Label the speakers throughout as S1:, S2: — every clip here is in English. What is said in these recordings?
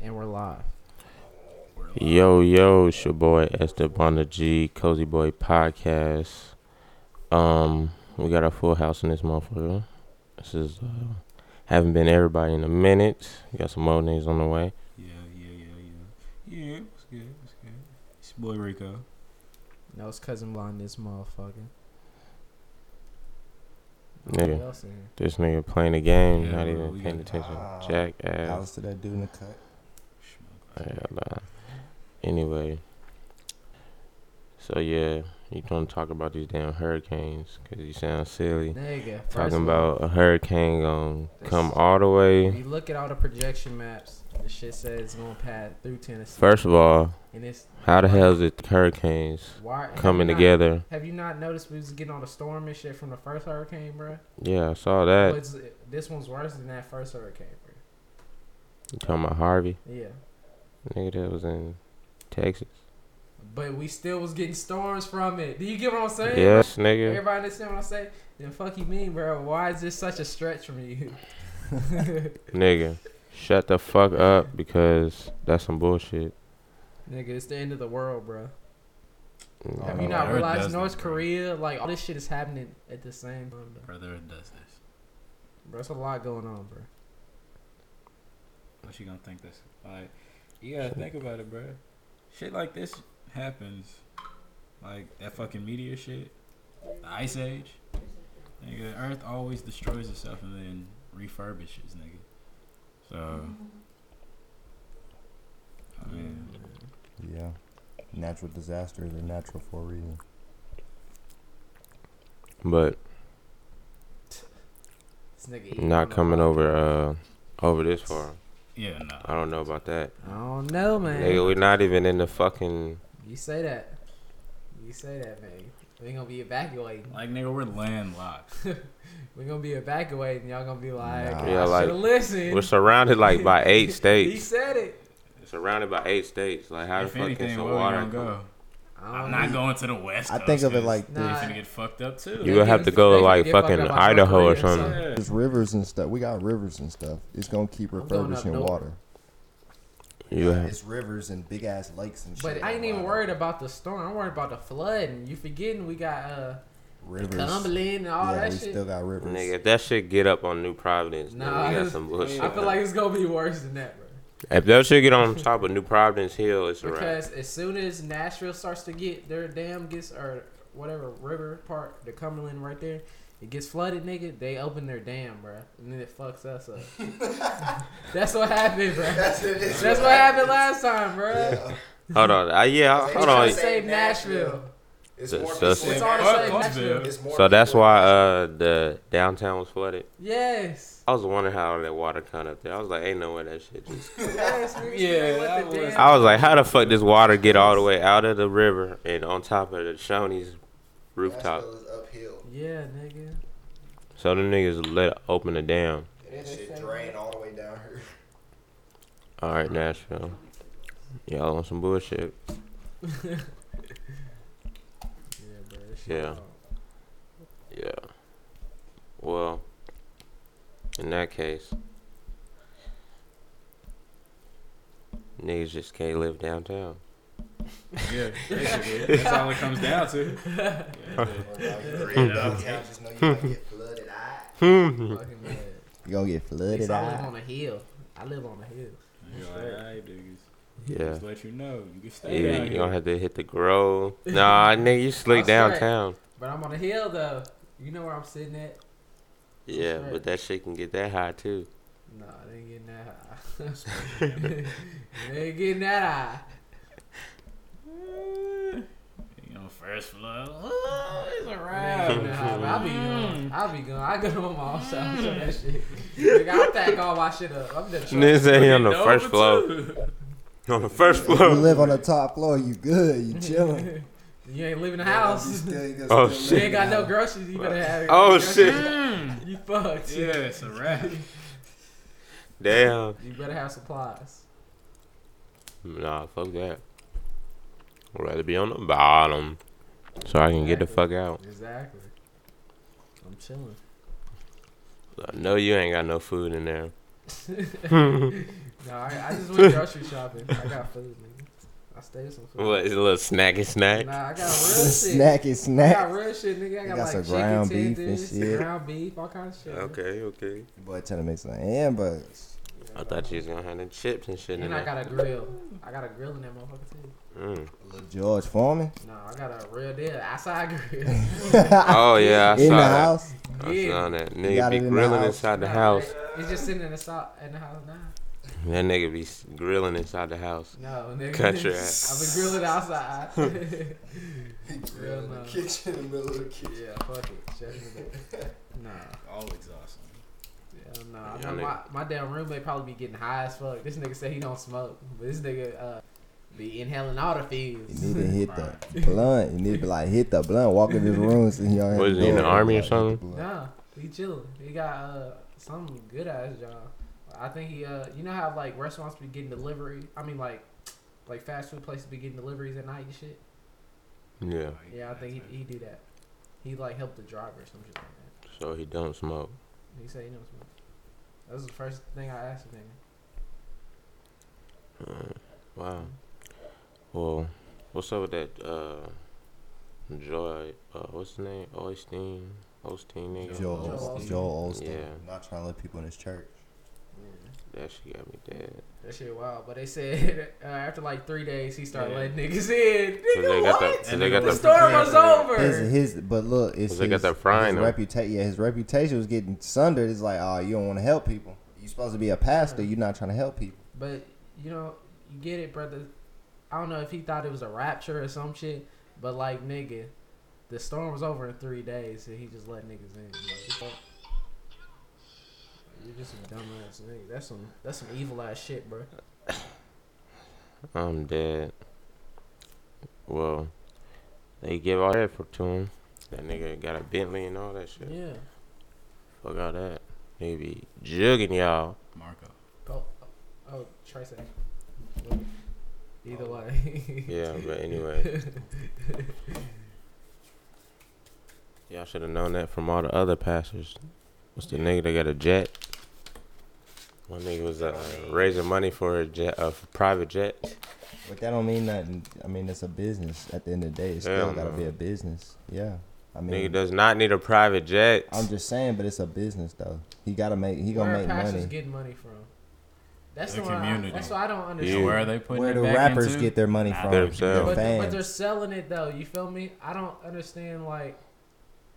S1: And we're live.
S2: Yo, yo, it's your boy Esteban the G, Cozy Boy Podcast. Um, we got our full house in this motherfucker. This is uh, haven't been everybody in a minute. We got some more names on the way.
S3: Yeah, yeah, yeah, yeah. Yeah, what's good? What's good? It's your boy Rico.
S1: No, it's cousin blind this motherfucker.
S2: Nigga,
S1: What else in here?
S2: this nigga playing the game,
S3: Yeah,
S2: not
S3: bro,
S2: even
S3: we
S2: paying
S3: got-
S2: attention.
S4: Ah,
S2: Jackass.
S4: House to that dude in the cut.
S2: Yeah, nah. Anyway, so yeah, you gonna talk about these damn hurricanes? Cause you sound silly.
S1: Nigga, first
S2: Talking
S1: of all,
S2: about a hurricane gonna come
S1: This-
S2: all the way.
S1: You look at all the projection maps. The shit says it's gonna pass through Tennessee.
S2: First of all,
S1: and it's
S2: how the hell is it hurricanes
S1: why have
S2: coming
S1: you not-
S2: together?
S1: Have you not noticed we was getting all the storm and shit from the first hurricane, bro?
S2: Yeah, I saw that.
S1: it's, this one's worse than that first hurricane, bro.
S2: You talking about Harvey?
S1: Yeah,
S2: Nigga, that was in Texas.
S1: but we still was getting storms from it. Do you get what I'm saying?
S2: Yes, nigga.
S1: Everybody understand what I'm saying? Then fuck you mean, bro? Why is this such a stretch from you?
S2: Nigga, shut the fuck up because that's some bullshit.
S1: Nigga, it's the end of the world, bro.
S4: Oh,
S1: Have you
S4: no,
S1: not
S4: Earth
S1: realized
S3: doesn't,
S1: North
S3: bro.
S1: Korea, like all this shit is happening at the same time, bro?
S3: Brother does this.
S1: Bro, it's a lot going on, bro.
S3: What you gonna think this? Like, you gotta think about it, bro. Shit like this happens. Like that fucking meteor shit, the ice age. Nigga, the Earth always destroys itself and then refurbishes, nigga. So, I mean,
S4: Yeah. Natural disasters are natural for a reason.
S2: But
S1: This nigga eating on
S2: not
S1: the
S2: coming
S1: podcast.
S2: over uh over this far.
S3: yeah, no.
S2: I don't know about that.
S1: I don't know, man.
S2: uh, Nigga, we're not even in the fucking
S1: You say that. You say that, man. We gonna be evacuating.
S3: Like, nigga, we're landlocked.
S1: We gonna be evacuating. Y'all gonna be like,
S4: Nah.
S2: Yeah,
S1: I
S2: like,
S1: shoulda listened.
S2: we're surrounded like by eight
S1: He
S2: states.
S1: said it.
S2: Surrounded by eight states. Like how the
S3: if
S2: fuck is
S3: anything,
S2: the
S3: where we
S2: water?
S3: gonna go?
S1: I
S3: I'm
S1: don't
S3: not
S1: know.
S3: going to the west.
S4: Um, I think of it
S3: Coast, 'cause
S4: like this.
S1: Nah.
S3: You're gonna get fucked up too.
S2: You gonna have to go to like
S1: Get fucked
S2: fucking
S1: up by North
S2: Idaho or
S1: Korea, son.
S2: something.
S3: Yeah.
S4: There's rivers and stuff. We got rivers and stuff. It's gonna keep
S1: I'm going up
S4: refurbishing
S1: north.
S4: water.
S2: You have,
S4: It's rivers and big ass lakes and
S1: But I ain't even worried about the storm. I'm worried about the flood. And you forgetting we got uh
S4: Rivers.
S1: Cumberland and all
S4: yeah,
S1: that
S4: we
S1: shit.
S4: still got rivers.
S2: nigga, if that shit get up on New Providence,
S1: Nah,
S2: nah, we got some bullshit.
S1: I feel like it's gonna be worse than that, bro.
S2: if that shit get on top of New Providence Hill, it's a wrap.
S1: Because as soon as Nashville starts to get their dam gets or whatever river part, the Cumberland right there, it gets flooded, nigga. They open their dam, bro, and then it fucks us up. That's what happened, bro. That's,
S4: it.
S1: what happened last time, bro.
S2: Hold on, I, yeah,
S4: They
S2: hold
S4: tryna
S2: on.
S4: say-
S1: Save Nashville.
S4: Nashville. It's
S2: So- more so- people-
S1: It's
S3: Yeah,
S1: all the
S3: fuck
S1: same
S3: Huntsville.
S1: Nashville.
S2: So that's why uh the downtown was flooded.
S1: Yes.
S2: I was wondering how that water caught up there. I was like, ain't no way that shit. Just...
S1: Yes. nigga,
S3: Yeah,
S1: they let
S3: that
S1: the
S3: was-
S1: dam-
S2: I was like, how the fuck does water get all the way out of the river and on top of the Shoney's rooftop?
S4: uphill.
S1: Yeah, nigga.
S2: So them niggas let open the dam.
S1: And that shit drain
S4: all the way down here.
S2: All right, Nashville. Y'all on some bullshit.
S1: Yeah, bro. that shit
S2: Yeah.
S1: wild.
S2: Yeah. Well, in that case, niggas just can't live downtown.
S3: Yeah, basically. That's all it comes down to.
S2: Hmm.
S1: Fucking mad.
S4: You're gonna get flooded
S1: I live
S4: out.
S1: on a hill. I live on a hill.
S3: You're like, all right, niggas.
S2: yeah.
S3: Just let you know. You can stay
S2: Yeah,
S3: down
S2: you
S3: here.
S2: don't have to hit the grove. Nah, nigga, you sleep
S1: That's right.
S2: downtown.
S1: But I'm on a hill though. You know where I'm sitting at?
S2: Yeah,
S1: That's right.
S2: but that shit can get that high too.
S1: No, they ain't getting that high. they ain't getting that high.
S3: You know, first Mm. flood. Oh, it's a
S1: Right.
S3: wrap.
S1: I'll be gone.
S5: Mm.
S1: I'll be gone. I go to my mom's house for that shit. Nigga, I'll pack all my shit up. I'm just
S2: Niggas say he on the first floor. On the first
S4: You
S2: floor.
S4: live on the top floor. You good. You chilling.
S1: You ain't leaving the house.
S4: You still- you
S2: Oh,
S4: still
S1: You
S2: shit.
S1: ain't got no groceries. You better have.
S2: Oh
S1: groceries.
S2: shit.
S1: You fucked.
S3: Yeah, it's a wrap.
S2: Damn.
S1: You better have supplies.
S2: Nah, fuck that. I'd rather be on the bottom. So I can get the fuck out.
S1: Exactly. I'm chilling.
S2: I know you ain't got no food in there.
S1: No, I, I just went grocery shopping. I got food, nigga. I stayed with some food.
S2: What is a little snacky snack?
S1: Nah, I got real shit.
S4: snack
S1: I
S4: is snack.
S1: got real shit, nigga. I got,
S4: got
S1: like
S4: some
S1: chicken
S4: ground beef and
S1: tenders,
S4: shit.
S1: ground beef, all kinds of shit. nigga.
S2: okay.
S4: Your boy trying to make some hamburgers.
S1: Yeah,
S2: I thought you was gonna have them chips and shit in
S1: And I
S2: there.
S1: got a grill. I got a grill in that motherfucker too.
S2: Mm.
S4: Little George Foreman.
S1: No, I got a real deal outside grill.
S2: Oh yeah, I
S4: in
S2: saw
S4: the
S2: that.
S4: house.
S2: I saw that nigga
S4: got
S2: be
S4: it in the
S2: grilling
S4: house.
S2: inside the
S1: Nah,
S2: house.
S1: it- It's just sitting in the so- in the house now.
S2: That nigga be s- grilling inside the house.
S1: No, nigga.
S2: Cut your
S1: I've
S2: ass.
S1: been grilling outside. Real no.
S5: kitchen in the middle of the kitchen.
S1: Yeah, fuck it. Shut it up. Nah.
S3: All exhausting.
S1: Yeah, nah. I
S2: Y'all
S1: know my, my damn roommate probably be getting high as fuck. This nigga say he don't smoke, but this nigga uh, be inhaling all the
S4: You
S1: fields.
S4: need to hit the blunt. You need to be like hit the blunt. Walk in this room. So you don't have
S2: Was
S4: to
S2: he in
S4: do
S2: the
S4: it.
S2: army or
S4: Like, hit the
S2: something?
S4: blunt.
S1: Nah, he chilling. He got uh, some good ass job. I think he uh, you know how like restaurants be getting delivery. I mean like, like fast food places be getting deliveries at night and shit.
S2: Yeah,
S1: Yeah, I think he he do that. He like helped the driver or some shit like that.
S2: so he don't smoke.
S1: He said he knows smoke. That was the first thing I asked him. nigga.
S2: Mm. Wow. Well, what's up with that? Uh, Joy. Uh, what's his name? Osteen. Osteen nigga.
S4: Joel,
S1: Joel
S4: Joel Olstein.
S2: Yeah.
S4: Not trying to let people in his church.
S2: That shit got me dead.
S1: That shit wild. But they said uh, after like three days, he started
S3: Yeah.
S1: letting niggas in.
S2: Cause they
S1: Nigga,
S2: got
S1: what?
S2: that. Cause
S3: And
S2: they
S3: they
S2: got
S1: the
S3: got
S2: that.
S3: the-
S1: story was over.
S4: His, his, but look, it's
S2: Cause they got
S4: his,
S2: that frying them.
S4: reputation. Yeah, his reputation was getting sundered. It's like, oh, you don't want to help people. You're supposed to be a pastor. You're not trying to help people.
S1: but you know, you get it, brother. I don't know if he thought it was a rapture or some shit, but like nigga, the storm was over in three days, and he just let niggas in. Like, you fuck- you're just a dumbass nigga. That's some that's some evil ass shit, bro.
S2: I'm dead. Well, they give all that for to him. That nigga got a Bentley and all that shit.
S1: Yeah.
S2: Fuck all that. Nigga be jugging y'all.
S3: Marco.
S1: Oh, oh, try that. Either way.
S2: Oh. Yeah, but anyway, y'all should have known that from all the other pastors. What's the nigga that got a jet? One nigga was uh, raising money for a jet, a private jet.
S4: But that don't mean nothing. I mean, it's a business. At the end of the day, it's
S2: Hell
S4: still got to
S2: no.
S4: be a business. Yeah. I
S2: Nigga
S4: mean,
S2: does not need a private jet.
S4: I'm just saying, but it's a business though. He gotta make. He gonna
S1: Where
S4: make
S1: pastors
S4: money.
S1: getting money from? That's
S3: The
S1: the, one I,
S3: community.
S1: That's what I don't
S2: Yeah.
S1: understand.
S3: So where are they putting
S4: Where
S3: it
S4: do
S3: back
S4: rappers
S3: into?
S4: get their money
S3: Nah,
S4: from?
S2: themselves.
S4: Their
S1: But, th- but
S4: fans.
S1: they're selling it though. You feel me? I don't understand like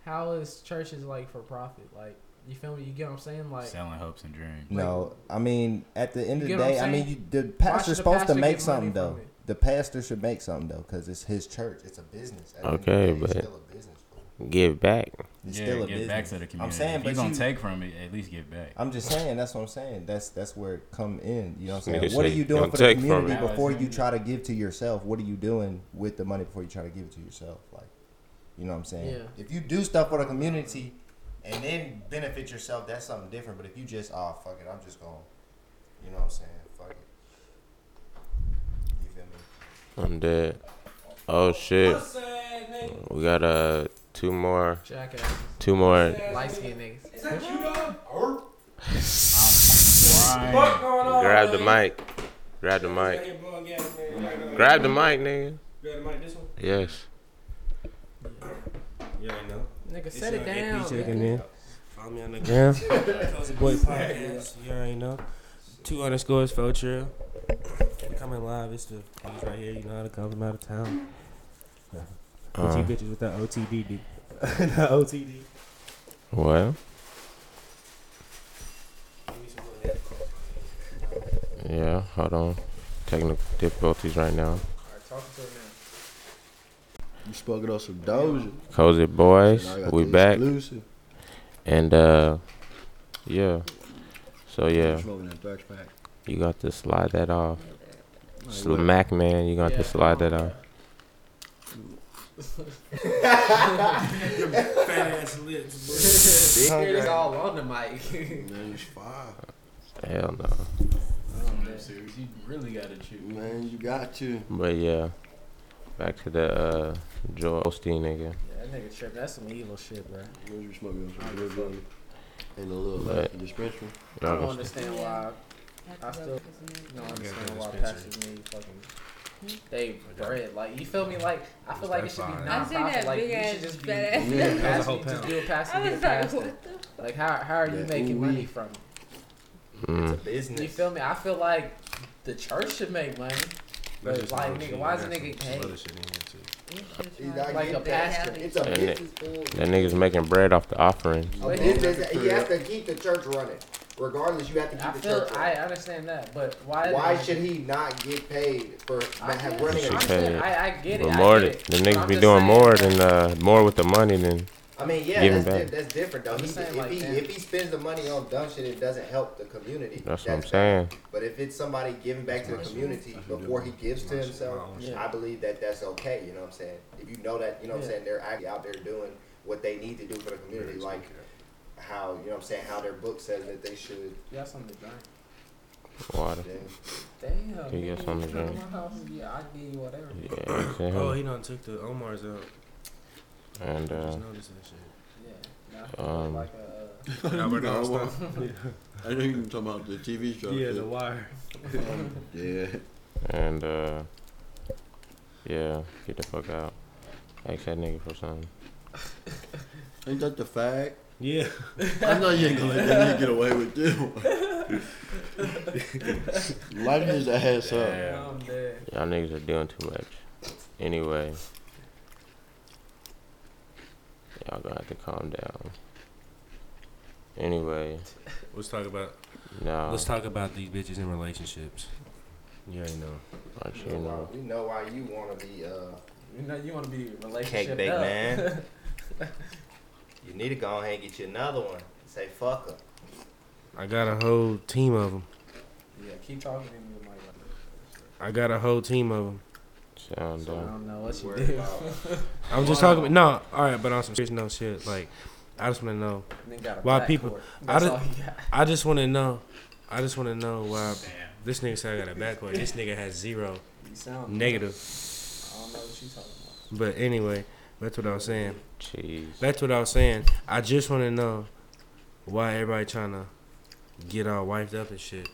S1: how is churches like for profit? Like you feel me? You get what I'm saying? Like
S3: Selling hopes and dreams.
S4: no, I mean, at the end
S1: You
S4: of
S1: get
S4: the
S1: what
S4: day,
S1: I'm
S4: I mean, you,
S1: saying?
S4: the
S1: Why should
S4: pastor's
S1: the
S4: supposed
S1: pastor
S4: to
S1: get
S4: make
S1: money
S4: something
S1: from
S4: though.
S1: it?
S4: The pastor should make something though, cause it's his church. It's a business. At the end of the
S2: Okay,
S4: day, it's
S2: but-
S4: still a business. bro.
S2: Give back.
S4: It's
S3: yeah,
S4: still a
S3: give
S4: business.
S3: back to the community.
S4: I'm saying,
S3: if
S4: but
S3: you gonna
S4: you-
S3: take from it, at least give back.
S4: I'm just saying. That's what I'm saying. That's that's where it come in. You know what I'm
S2: Nigga
S4: saying? What are
S2: say,
S4: you doing
S2: "Don't
S4: for the
S2: take from
S4: community
S3: it."
S4: before you try to give to yourself? What are you doing with the money before you try to give it to yourself? Like, you know what I'm saying?
S1: Yeah.
S4: If you do stuff for the community and then benefit yourself, that's something different. But if you just oh fuck it, I'm just going. You know what I'm saying? Fuck it. You feel me?
S2: I'm dead. Oh shit. We got uh two more,
S1: jackasses,
S2: two more.
S1: light skinned niggas.
S3: I'm crying.
S2: Grab the mic. Grab the mic. Grab the mic, nigga. Yes.
S5: You already know.
S1: Nigga, set it down. nigga.
S5: Follow me on the
S2: Yeah.
S5: Cozy Boy podcast. You already know. Two underscores for trail. We coming live. It's the it's right here. You know how to come from out of town. Put you
S2: Um,
S5: bitches with that OTDD. that OTD.
S2: what? Yeah. Hold on. Technical difficulties right now.
S6: You spoke on some Doja.
S2: Cozy boys,
S6: Now I got
S2: we
S6: the
S2: back
S6: Exclusive.
S2: and uh, yeah. So yeah,
S6: I'm smoking that Thrax pack.
S2: you got to slide that off.
S6: Like, what?
S2: Smack man, you got
S1: Yeah,
S2: to slide
S1: come
S2: that off.
S5: Fat ass lips,
S1: Here it's all on the mic.
S6: Man, you fire.
S2: Hell no.
S3: I'm serious. You really gotta choose.
S6: Man, you got to.
S2: But yeah, back to the uh, Joel Osteen nigga.
S1: Yeah, that nigga tripping. That's some evil shit, bro.
S6: What you smoking on some Doja? And a little
S2: But-
S6: left for dispensary.
S1: I don't
S2: Y'all
S1: understand
S7: Yeah.
S1: why. I still don't understand why pastors need fucking.
S7: Hmm?
S1: They bread like you feel me like I feel like it should be
S3: I've
S7: I've seen
S1: nonprofit
S7: that
S1: like
S7: big
S1: you
S7: ass
S1: should just be
S7: fat ass.
S6: Yeah,
S1: pastor,
S3: that's a whole
S1: just
S3: pound.
S1: do a pastor
S7: I
S1: get a
S7: was like,
S1: pastor
S7: what the?
S1: like how how are you
S6: Yeah,
S1: making
S6: ooh-wee.
S1: money from it?
S2: gonna-
S4: It's a business.
S1: you feel me I feel like the church should make money
S3: That's
S1: but
S3: just
S1: like
S3: some
S1: nigga
S3: shit.
S1: why is a
S3: That's
S1: nigga
S3: some
S1: gay
S3: other shit in here, too.
S1: like a pastor
S4: It's a
S2: And it-
S4: business.
S2: that nigga's making bread off the offering.
S4: A business. You have to keep the church running. Regardless, you have to keep
S1: I
S4: the
S1: feel
S4: church
S1: I
S4: running.
S1: understand that but why
S4: Why should he not get paid for
S1: I
S4: have
S1: get-
S4: running
S2: He
S4: a
S2: should
S4: church?
S2: pay.
S1: understand- I, I get it
S2: But
S1: I get
S2: more, th-
S1: it,
S2: the
S1: but
S2: niggas
S1: I'm
S2: be
S1: just
S2: doing
S1: saying
S2: more
S1: that-
S2: than uh, more with the money than
S4: I mean, yeah,
S2: Giving
S4: that's,
S2: back.
S4: di- that's different though.
S1: I'm
S4: He,
S1: just saying,
S4: if,
S1: like,
S4: he,
S1: damn.
S4: if he spends the money on dumb shit, it doesn't help the community.
S2: that's what I'm
S4: bad.
S2: saying.
S4: But if it's somebody giving back to the community before he gives to himself,
S1: Yeah.
S4: I believe that that's okay. You know what I'm saying? If you know that, you know what I'm
S1: Yeah.
S4: saying, they're actually out there doing what they need to do for the community, like how you know what I'm saying, how their book says that they should.
S1: you got something to drink
S2: Water.
S4: Then
S1: damn
S2: You get
S1: nigga,
S2: something to
S1: come
S2: drink.
S1: my house, yeah, I give you whatever
S2: Yeah, it's in
S5: Oh,
S2: him.
S5: he done took the Omar's out.
S2: and
S5: I
S2: uh,
S5: just noticed that shit.
S1: yeah nah,
S2: Um,
S1: like a, uh,
S6: Albert
S3: Albert Einstein.
S6: Einstein. I know you talking about the TV show.
S3: Yeah,
S6: too.
S3: the wire.
S6: yeah.
S2: and uh, yeah, get the fuck out. Ask that nigga for something.
S6: Ain't that the fact?
S5: Yeah.
S6: I know you ain't gonna let that nigga get away with this one. Light his ass up.
S1: yeah, I'm dead.
S2: Y'all niggas are doing too much. Anyway, y'all gonna have to calm down. Anyway,
S5: Let's talk about
S2: nah,
S5: let's talk about these bitches in relationships. You already know.
S2: aren't
S4: you
S2: you
S4: know
S2: know?
S4: why- you know why you want to be. Uh,
S1: You know, you want to be relationship
S4: Cake bake,
S1: up.
S4: man. you need to go ahead and get you another one. Say fuck him.
S5: I got a whole team of them.
S1: yeah, keep talking to me with my
S5: I got a whole team of them.
S2: Sound
S1: I
S2: down.
S1: don't know what you
S4: Worried
S1: do.
S4: about-
S5: I'm just
S1: Wow.
S5: talking. No, all right, but on some serious no shit. Like, I just want to know.
S1: Then got a
S5: Why
S1: back
S5: people-
S1: court.
S5: I
S1: That's
S5: did-
S1: all he got.
S5: I just want to know. I just want to know why this nigga said I got a backcourt. This nigga has zero
S1: You sound
S5: negative.
S1: I don't know what you talking about.
S5: But anyway, that's what I was saying.
S2: Jeez.
S5: That's what I was saying. I just want to know why everybody trying to get all wiped up and shit.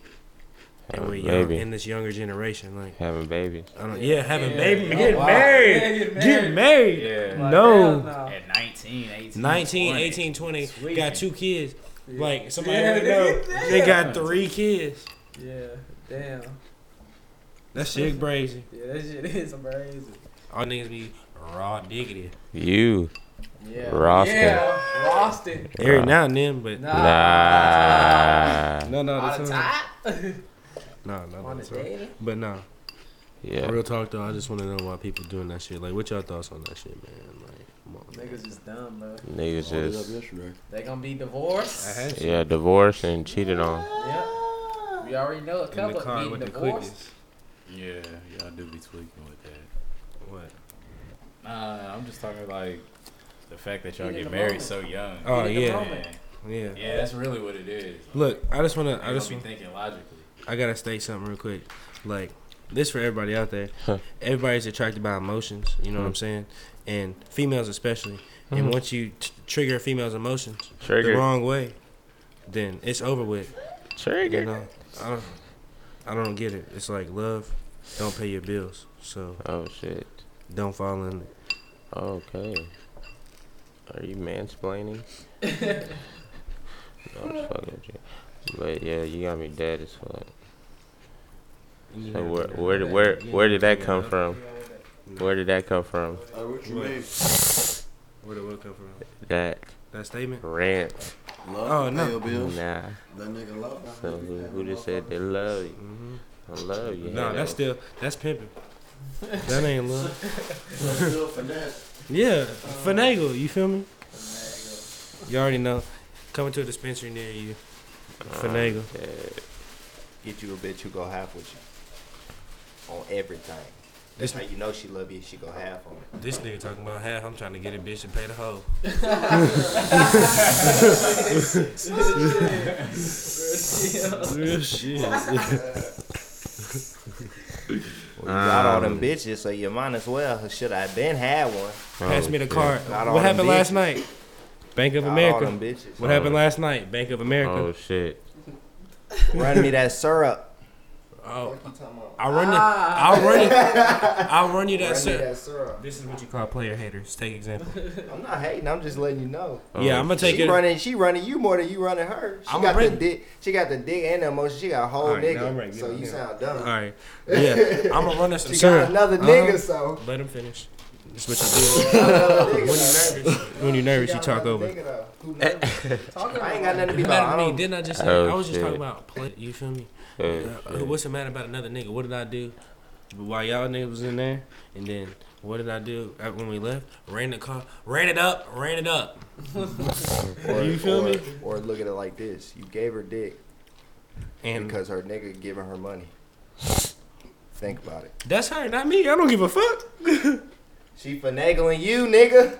S5: And we
S2: Having
S5: young
S2: baby.
S5: in this younger generation, like
S2: Having babies.
S5: I don't. Yeah, having
S1: Yeah.
S5: baby,
S1: Oh,
S5: getting
S1: wow.
S5: married,
S1: Yeah, getting
S5: getting married.
S3: Yeah.
S1: Like,
S5: No.
S1: hell
S3: At 19, 18.
S5: 19,
S3: 20.
S5: 18, 20,
S3: Sweet.
S5: got two kids.
S1: Yeah.
S5: Like somebody
S1: Yeah,
S5: already know
S1: nigga,
S5: they
S3: yeah.
S5: got three kids.
S1: Yeah, damn.
S5: That shit crazy.
S1: Yeah, that shit is crazy.
S5: All niggas be raw diggity.
S2: You.
S1: Yeah.
S2: Roster.
S1: Yeah, Roston.
S5: Every now and then, but
S1: Nah.
S2: Nah.
S5: no, no,
S1: All the
S5: that's not-
S1: time.
S5: no, no,
S1: On the
S5: that's not-
S1: daily.
S5: But no,
S2: Yeah.
S5: real talk though. I just want to know why people doing that shit. Like, what y'all thoughts on that shit, man? Like, come on, man.
S1: Niggas is dumb, bro.
S2: Niggas
S6: Brought it up
S2: just
S6: yesterday.
S1: They gonna be divorced.
S3: I had you
S2: yeah divorced and cheated on.
S1: Yep. We already know a
S3: in
S1: couple
S3: the car
S1: being
S3: with the
S1: divorced.
S3: quickest. Yeah, y'all do be tweaking with that.
S5: What?
S3: Nah, I'm just talking like the fact that y'all
S1: Heat in
S3: get
S1: the
S3: married
S1: moment.
S3: so young.
S5: Oh,
S1: Heat in the
S5: yeah.
S1: moment.
S3: Man.
S5: Yeah.
S3: Yeah, that's really what it is.
S5: Look, I just wanna, I
S3: I
S5: just,
S3: be thinking logically.
S5: I gotta state something real quick. Like, this for everybody out there.
S2: Huh.
S5: Everybody's attracted by emotions. You know what I'm
S4: Hmm.
S2: Mhm.
S5: saying? And females especially.
S2: Mhm.
S5: And once you t- trigger a female's emotions the
S2: Trigger.
S5: wrong way, then it's over with. You
S2: Trigger.
S5: know, I don't, I don't get it. It's like love, don't pay your bills, so
S2: Oh shit.
S5: don't fall in.
S2: Okay. Are you mansplaining? no, I'm just fucking with you. But yeah, you got me dead as fuck. So where where where where did that come from? Where did that come from?
S6: Uh, what you mean?
S5: Where did what come from?
S2: That
S5: That statement.
S2: rant.
S6: Love
S5: Oh,
S6: oh,
S5: no.
S6: no. your bills.
S2: Nah.
S6: That nigga love that
S2: So
S6: nigga
S2: who,
S6: that
S2: who just said they
S6: motherfucker.
S2: love you?
S5: Mm-hmm.
S2: I love you.
S5: No,
S2: Hey,
S5: that's
S2: that-
S5: still that's pimping. That ain't love.
S6: That's still finesse.
S5: Yeah, finagle. You feel me?
S1: Finagle.
S5: You already know. Coming to a dispensary near you. Finagle.
S2: Yeah.
S4: Get you a bitch who go half with you on everything. That's
S5: This
S4: how you know she love you. She go half on it.
S5: this nigga talking about half. I'm trying to get a bitch to pay the hoe.
S4: Oh,
S5: Real shit.
S4: Well, you got all
S5: Um,
S4: them bitches, so you might as well. Should I been had one?
S5: Pass me the
S2: Oh, shit.
S5: card.
S4: Not all
S5: what
S4: them
S5: happened last
S4: bitches.
S5: night? Bank of
S4: Not all
S5: America.
S4: them bitches.
S5: What happened last night? Bank of
S2: Oh
S5: America.
S2: shit.
S4: Run me that syrup.
S5: Oh,
S4: What you talking about?
S5: I'll run you. I'll run you. I'll run you that
S4: Run me
S5: sir.
S4: that syrup.
S5: This is what you call player haters. Take example.
S4: I'm not hating. I'm just letting you know.
S2: Oh,
S5: yeah, I'm gonna take
S4: She
S5: it.
S4: running, she running you more than you running her. She
S5: I'm
S4: got
S5: running.
S4: the dick. She got the dick and the emotion. She got a whole
S5: All right, now I'm
S4: nigga.
S5: ready Uh, to
S4: so
S5: get
S4: you
S5: on
S4: sound dumb.
S5: All right. Yeah, I'm gonna run that
S4: She
S5: sir.
S4: got another
S5: Uh-huh.
S4: nigga. So
S5: Let him finish. That's what you do.
S4: another
S5: when
S4: nigga,
S5: you're
S4: though.
S5: nervous, when you're nervous,
S4: She
S5: you
S4: got
S5: talk
S4: another
S5: over.
S4: nigga, though. Who nervous?
S1: Talking
S4: I ain't
S1: about-
S4: got nothing to be
S5: You mad
S4: about.
S5: at
S4: I
S5: me?
S4: don't.
S5: Didn't I just say?
S2: Oh,
S5: I was just
S2: shit.
S5: talking about. Play, you feel me?
S2: Oh,
S5: Uh,
S2: shit.
S5: what's the matter about another nigga? What did I do? But while y'all niggas was in there, and then what did I do uh, when we left? Ran the car, ran it up, ran it up.
S4: Or,
S5: You feel
S4: or,
S5: me?
S4: Or look at it like this: you gave her dick
S5: And
S4: because her nigga giving her money. Think about it.
S5: that's her, not me. I don't give a fuck.
S4: She finagling you, nigga.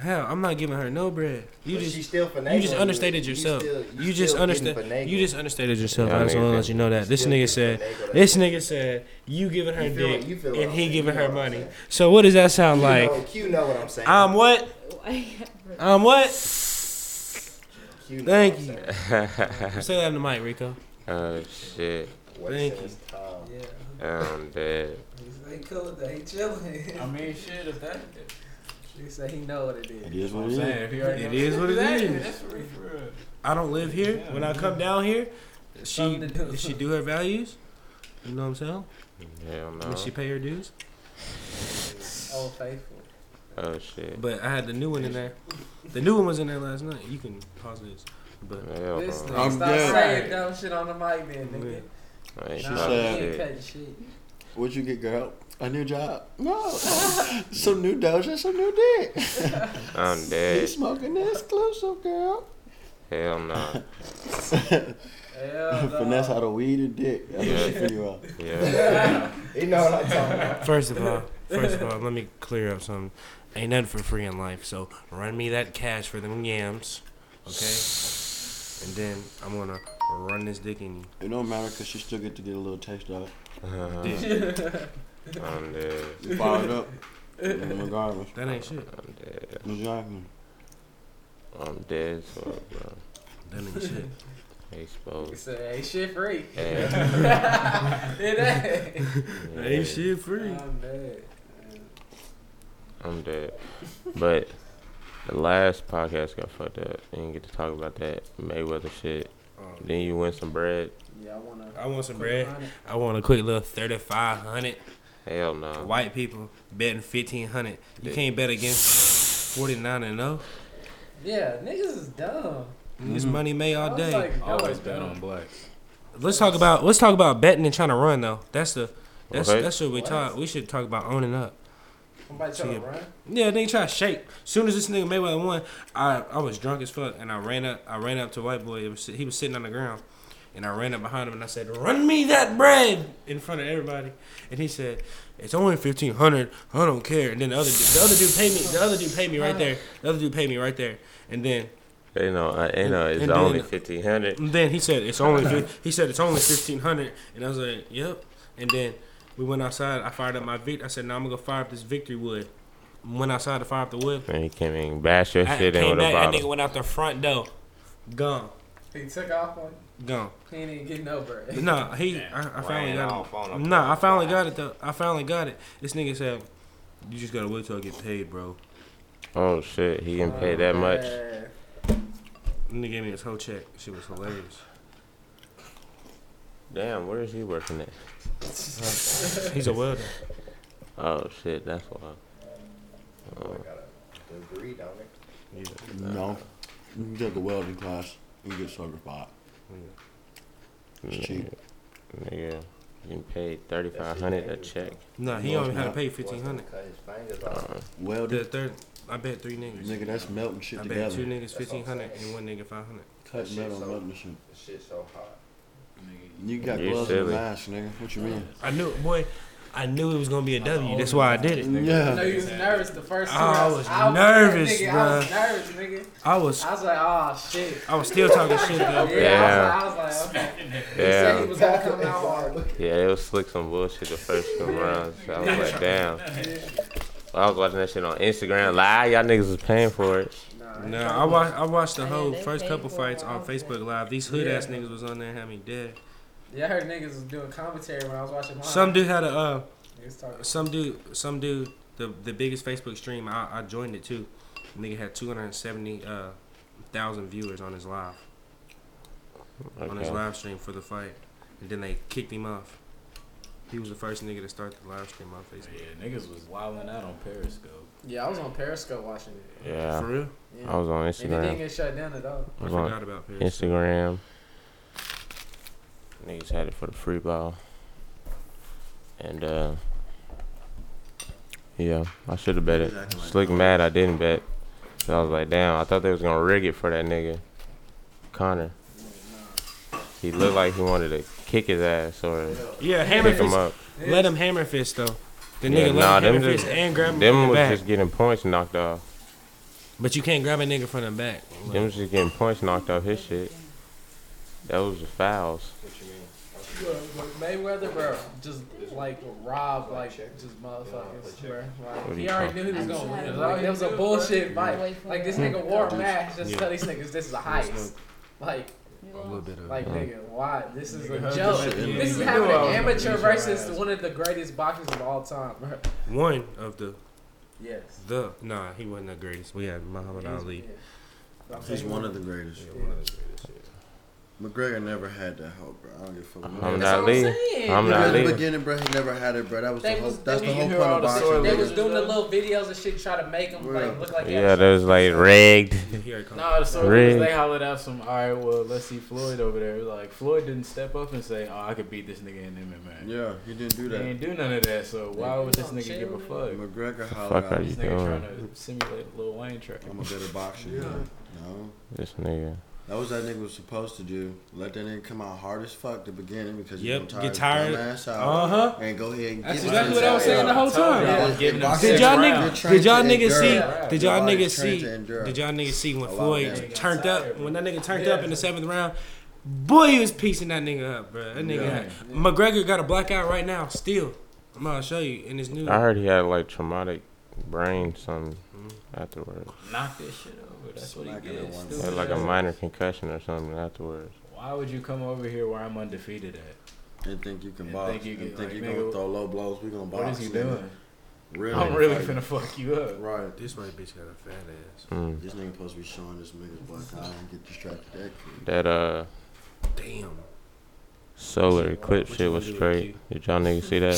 S5: Hell, I'm not giving her no bread. You
S4: But she
S5: just,
S4: still finagling.
S5: you just understated
S4: You
S5: yourself.
S4: still-
S5: You just
S4: still getting
S5: understand.
S4: finagled.
S5: You just understated yourself.
S2: Y'all
S5: I just want
S2: niggas
S5: to let you know that this
S4: Still
S5: nigga
S4: getting
S5: said,
S4: finagled.
S5: this nigga said, you giving her
S4: You feel what- you
S5: dick
S4: feel what
S5: and
S4: I'm
S5: he
S4: saying,
S5: giving
S4: you know
S5: her
S4: what I'm
S5: money.
S4: saying.
S5: So what does that sound
S4: You
S5: like?
S4: know- you know what I'm saying.
S5: I'm what? I'm what?
S4: You know what
S5: Thank
S4: I'm
S5: you.
S4: saying.
S5: Say that in the mic, Rico.
S2: Oh shit.
S4: What
S5: Thank
S4: says Tom?
S1: Yeah,
S2: I'm dead.
S1: they cool. They chilling.
S3: I mean, shit, if that, that's
S1: He said he know what it is.
S6: It is
S3: what
S6: what
S3: I'm
S6: it is.
S3: saying. If he already
S5: It
S3: knows-
S5: is what it
S3: Exactly,
S5: is.
S3: That's for real, for real.
S5: I don't live here.
S3: Yeah,
S5: when I come down here, she
S1: Something to do.
S5: she do her values. You know what I'm saying?
S2: Hell no.
S5: And she pay her dues.
S1: Old faithful.
S2: Oh shit.
S5: But I had the new one in there. The new one was in there last night. You can pause this. But
S2: Hell
S1: This
S2: no.
S1: nigga
S6: I'm
S1: stop
S6: dead.
S1: saying dumb shit on the mic, then nigga.
S2: I ain't
S6: She
S1: Nah,
S2: about
S1: he
S6: said-
S1: ain't
S2: shit.
S1: cutting shit.
S6: What'd you get, girl? A new job. No. some new doja, some new dick.
S2: I'm
S6: You
S2: dead.
S6: smoking the exclusive, girl.
S2: Hell no.
S1: Hell
S6: Finesse
S1: no.
S6: how to weed and dick. That's what she
S2: Yeah.
S6: figure out.
S2: Yeah.
S4: You know what I'm talking about.
S5: first of all, first of all, let me clear up something. Ain't nothing for free in life. So run me that cash for them yams, okay? And then I'm gonna run this dick in you.
S6: It don't matter because she still get to get a little taste of it.
S2: Uh-huh. I'm dead.
S6: You fire it up. Mm, regardless.
S5: That ain't shit.
S2: I'm dead.
S6: Exactly.
S2: I'm dead. So bro.
S5: That ain't shit.
S1: He
S2: Exposed.
S1: said, ain't shit free.
S2: Hey.
S1: it ain't.
S2: Yeah.
S5: shit
S1: I'm dead.
S2: I'm dead. But the last podcast got fucked up. You didn't get to talk about that Mayweather shit.
S5: Oh.
S2: Then you win some bread.
S1: Yeah, I wanna.
S5: I want some bread. I want a quick little thirty-five hundred.
S2: Hell no.
S5: White people betting fifteen hundred. You
S2: Yeah.
S5: can't bet against forty-nine and oh. zero.
S1: Yeah, niggas is dumb.
S5: It's money made
S1: I
S5: all
S1: was
S5: day.
S1: Like, that
S3: Always
S1: was
S3: bet on
S1: dumb.
S3: black.
S5: let's talk about let's talk about betting and trying to run though. That's the that's
S2: Okay.
S5: that's what we
S1: What?
S5: talk. We should talk about owning up.
S1: Somebody trying
S5: Yeah.
S1: to run.
S5: Yeah, they try to shake. Soon as this nigga Mayweather won, I, I was drunk as fuck and I ran up I ran up to white boy. It was, he was sitting on the ground, and I ran up behind him and I said, "Run me that bread!" in front of everybody, and he said, "It's only fifteen hundred. I don't care." And then the other dude, the other dude paid me. The other dude paid me right there. The other dude paid me right there. And then
S2: They know. I they know. It's
S5: And then-
S2: only fifteen hundred.
S5: and then he said, "It's only fif- he said it's only fifteen hundred. And I was like, "Yep." And then we went outside. I fired up my Vic. I said, "Now I'm gonna go fire up this victory wood." Went outside to fire up the wood.
S2: And he came in, and bashed your
S5: I
S2: shit in
S5: came
S2: with a
S5: back, that nigga
S2: bottle.
S5: went out the front door. Gone.
S1: He took off on.
S5: Gone.
S1: He ain't even get no bread.
S5: No, he. I, I finally
S4: Ran
S5: got
S4: off on
S5: it.
S4: him.
S5: Nah, I finally got it though. I finally got it. This nigga said, "You just gotta wait till I get paid, bro."
S2: Oh shit! He didn't pay
S5: Oh,
S2: that much.
S1: Yeah.
S5: Nigga gave me his whole check. She was hilarious.
S2: Damn, where is he working at?
S5: He's a welder.
S2: Oh shit, that's why.
S5: Mm-hmm.
S4: I gotta agree, don't it?
S5: Yeah.
S6: No. You can take a welding class and get certified. It's cheap.
S2: Nigga, getting paid thirty five hundred a check. Uh,
S5: Nah, he
S6: No,
S5: only
S6: it's
S5: had to
S6: not.
S5: pay fifteen hundred.
S4: Cut his fingers off.
S5: The
S6: Welding.
S5: third, I bet three niggas.
S6: Nigga, that's melting shit
S5: I bet two
S6: together.
S5: niggas fifteen hundred and one nigga five hundred.
S6: Cut
S4: Shit,
S6: metal,
S4: so-
S6: melting shit.
S4: This shit's so hot.
S6: You got
S2: You
S6: gloves and
S2: silly.
S6: a mask, nigga. What you mean?
S5: I knew, boy, I knew it was gonna be a W. That's why I did it.
S1: I know
S6: Yeah.
S1: you was nervous the first two.
S5: I
S1: rounds.
S5: was nervous,
S1: nigga, I was nervous, nigga.
S5: I was,
S1: I was like, oh shit.
S5: I was still talking shit
S1: Yeah,
S5: though.
S2: Yeah.
S1: I, was like, I was like, okay. He said he
S2: Yeah,
S1: was gonna come out hard.
S2: yeah, it was slick some bullshit the first two rounds. I was like, damn. I ah, was watching that shit on Instagram live. Y'all niggas was paying for it.
S1: Nah,
S8: Alright.
S3: No, I watched I watched the
S7: Yeah,
S3: whole
S7: they
S3: first
S7: paid
S3: couple
S7: for
S3: fights
S7: it.
S3: on Facebook Live. These hood ass
S1: Yeah.
S3: niggas was on there had me dead.
S1: Yeah, I heard niggas was doing commentary when I was watching. Mine.
S3: Some dude had a uh,
S1: niggas talking.
S3: some dude some dude the the biggest Facebook stream I, I joined it too. Nigga had two hundred seventy uh thousand viewers on his live on his
S2: Okay.
S3: live stream for the fight, and then they kicked him off. He was the first nigga to start the live stream on Facebook.
S5: Yeah, niggas was wilding out on Periscope.
S1: Yeah, I was on Periscope watching it.
S3: For
S2: Yeah.
S3: real,
S1: Yeah.
S2: I was on
S1: and it didn't
S2: Instagram.
S1: get shut down at all.
S3: I
S2: Right.
S3: forgot about Paris.
S2: Instagram. Niggas had it for the free ball. And uh Yeah, I should have bet it. Slick mad I didn't bet. So I was like, damn, I thought they was gonna rig it for that nigga. Connor. He looked like he wanted to kick his ass or
S3: Yeah, hammer
S2: pick him
S3: fist.
S2: up.
S3: Let him hammer fist though. The
S2: Yeah,
S3: nigga
S2: nah,
S3: let him
S2: them
S3: hammer
S2: just-
S3: fist and grab him from
S2: Them
S3: the
S2: was
S3: back.
S2: just getting points knocked off.
S3: But you can't grab a nigga from the back.
S2: Them was just getting points knocked off his shit. That was the fouls.
S1: Bro, but Mayweather, bro, just like robbed, like just motherfuckers, bro. Like,
S2: What do
S1: he
S2: you
S1: already
S2: call-
S1: knew he was gonna win. It was, all- it was a bullshit fight. Like
S7: Hmm.
S1: this nigga wore masks just to tell these niggas this is a heist. Like,
S5: bit of
S1: like nigga, why? This is a
S5: Nigga,
S1: joke.
S5: shit, yeah,
S1: This is
S5: nigga.
S1: having
S5: Knew I
S1: an
S5: was gonna beat
S1: amateur
S5: your
S1: versus
S5: ass.
S1: one of the greatest boxers of all time, bro.
S3: One of the
S1: Yes.
S3: the nah, he wasn't the greatest. We had Muhammad Ali.
S6: He's one of the greatest. McGregor never had that hope, bro. I don't give a fuck.
S2: I'm
S6: Remember
S2: not leaving. I'm
S6: Even
S2: not
S6: in the
S2: leaving.
S6: beginning, bro, he never had it, bro. That was
S1: They
S6: the whole.
S1: was-
S6: that's
S1: they
S6: the
S1: was- you
S6: whole point
S5: hear all
S6: of
S5: the story
S6: boxing.
S1: They
S6: nigga.
S1: was doing the little videos and shit to try to make them
S6: Real.
S1: like look like
S2: Yeah, that was like rigged.
S3: Here it comes.
S5: Nah, so
S2: Red.
S5: they hollered out some. All right, well, let's see Floyd over there. Like Floyd didn't step up and say, "Oh, I could beat this nigga in MMA."
S6: Yeah, he didn't do
S5: He
S6: that.
S5: ain't do none of that. So why would this
S1: Don't
S5: nigga give a fuck?
S6: McGregor
S2: fuck
S6: hollered
S2: are
S6: out,
S2: you
S5: This nigga
S2: doing?
S5: trying to simulate a Lil Wayne track.
S6: "I'm a better boxer."
S8: Yeah.
S6: Yeah. No,
S2: This nigga.
S6: that was that nigga was supposed to do. Let that nigga come out hard as fuck the beginning because you
S3: Yep,
S6: gonna
S3: get
S6: tire his
S3: tired.
S6: dumbass out
S3: Uh huh.
S6: and go ahead and
S3: That's
S6: get
S3: exactly
S6: his
S3: what I was
S6: ass
S3: saying
S6: out.
S3: the whole
S5: I told
S3: time.
S5: y'all, I
S6: Yeah.
S5: was giving him
S6: Did
S3: Did
S5: six
S3: y'all
S5: rounds.
S3: niggas? Did y'all niggas see?
S6: Endure.
S3: Did y'all
S6: Your
S3: niggas
S6: body's trained
S3: see?
S6: to endure.
S3: Did y'all niggas see when
S6: A lot of
S3: Floyd
S6: damage.
S3: turned up? When that nigga turned up in
S1: Yeah.
S3: the seventh round, boy, he was piecing that nigga up, bro. That nigga
S6: Yeah.
S3: had- McGregor got a blackout right now. Still, I'm gonna show you in his new.
S2: I heard he had like traumatic brain something
S3: Mm-hmm.
S2: afterwards.
S5: Knock this shit over. That's what he
S6: Smacking it
S5: did.
S6: once.
S2: He
S5: stupid
S2: had like a
S5: ass.
S2: minor concussion or something afterwards.
S5: Why would you come over here where I'm undefeated at?
S6: And think you can
S5: And
S6: box.
S5: think you
S6: And
S5: can,
S6: think
S5: like,
S6: you
S5: nigga,
S6: gonna throw low blows. We gonna box.
S5: What is he
S6: nigga.
S5: doing?
S6: Really?
S5: I'm really
S6: Like,
S5: finna fuck you up.
S6: Right.
S3: This white bitch got a fat ass.
S2: Mm.
S6: This nigga supposed to be showing this nigga's black eye and get distracted. That kid.
S2: That uh
S3: Damn.
S2: solar clip
S3: What
S2: shit
S3: you
S2: was
S3: gonna do
S2: straight. Did y'all niggas see that?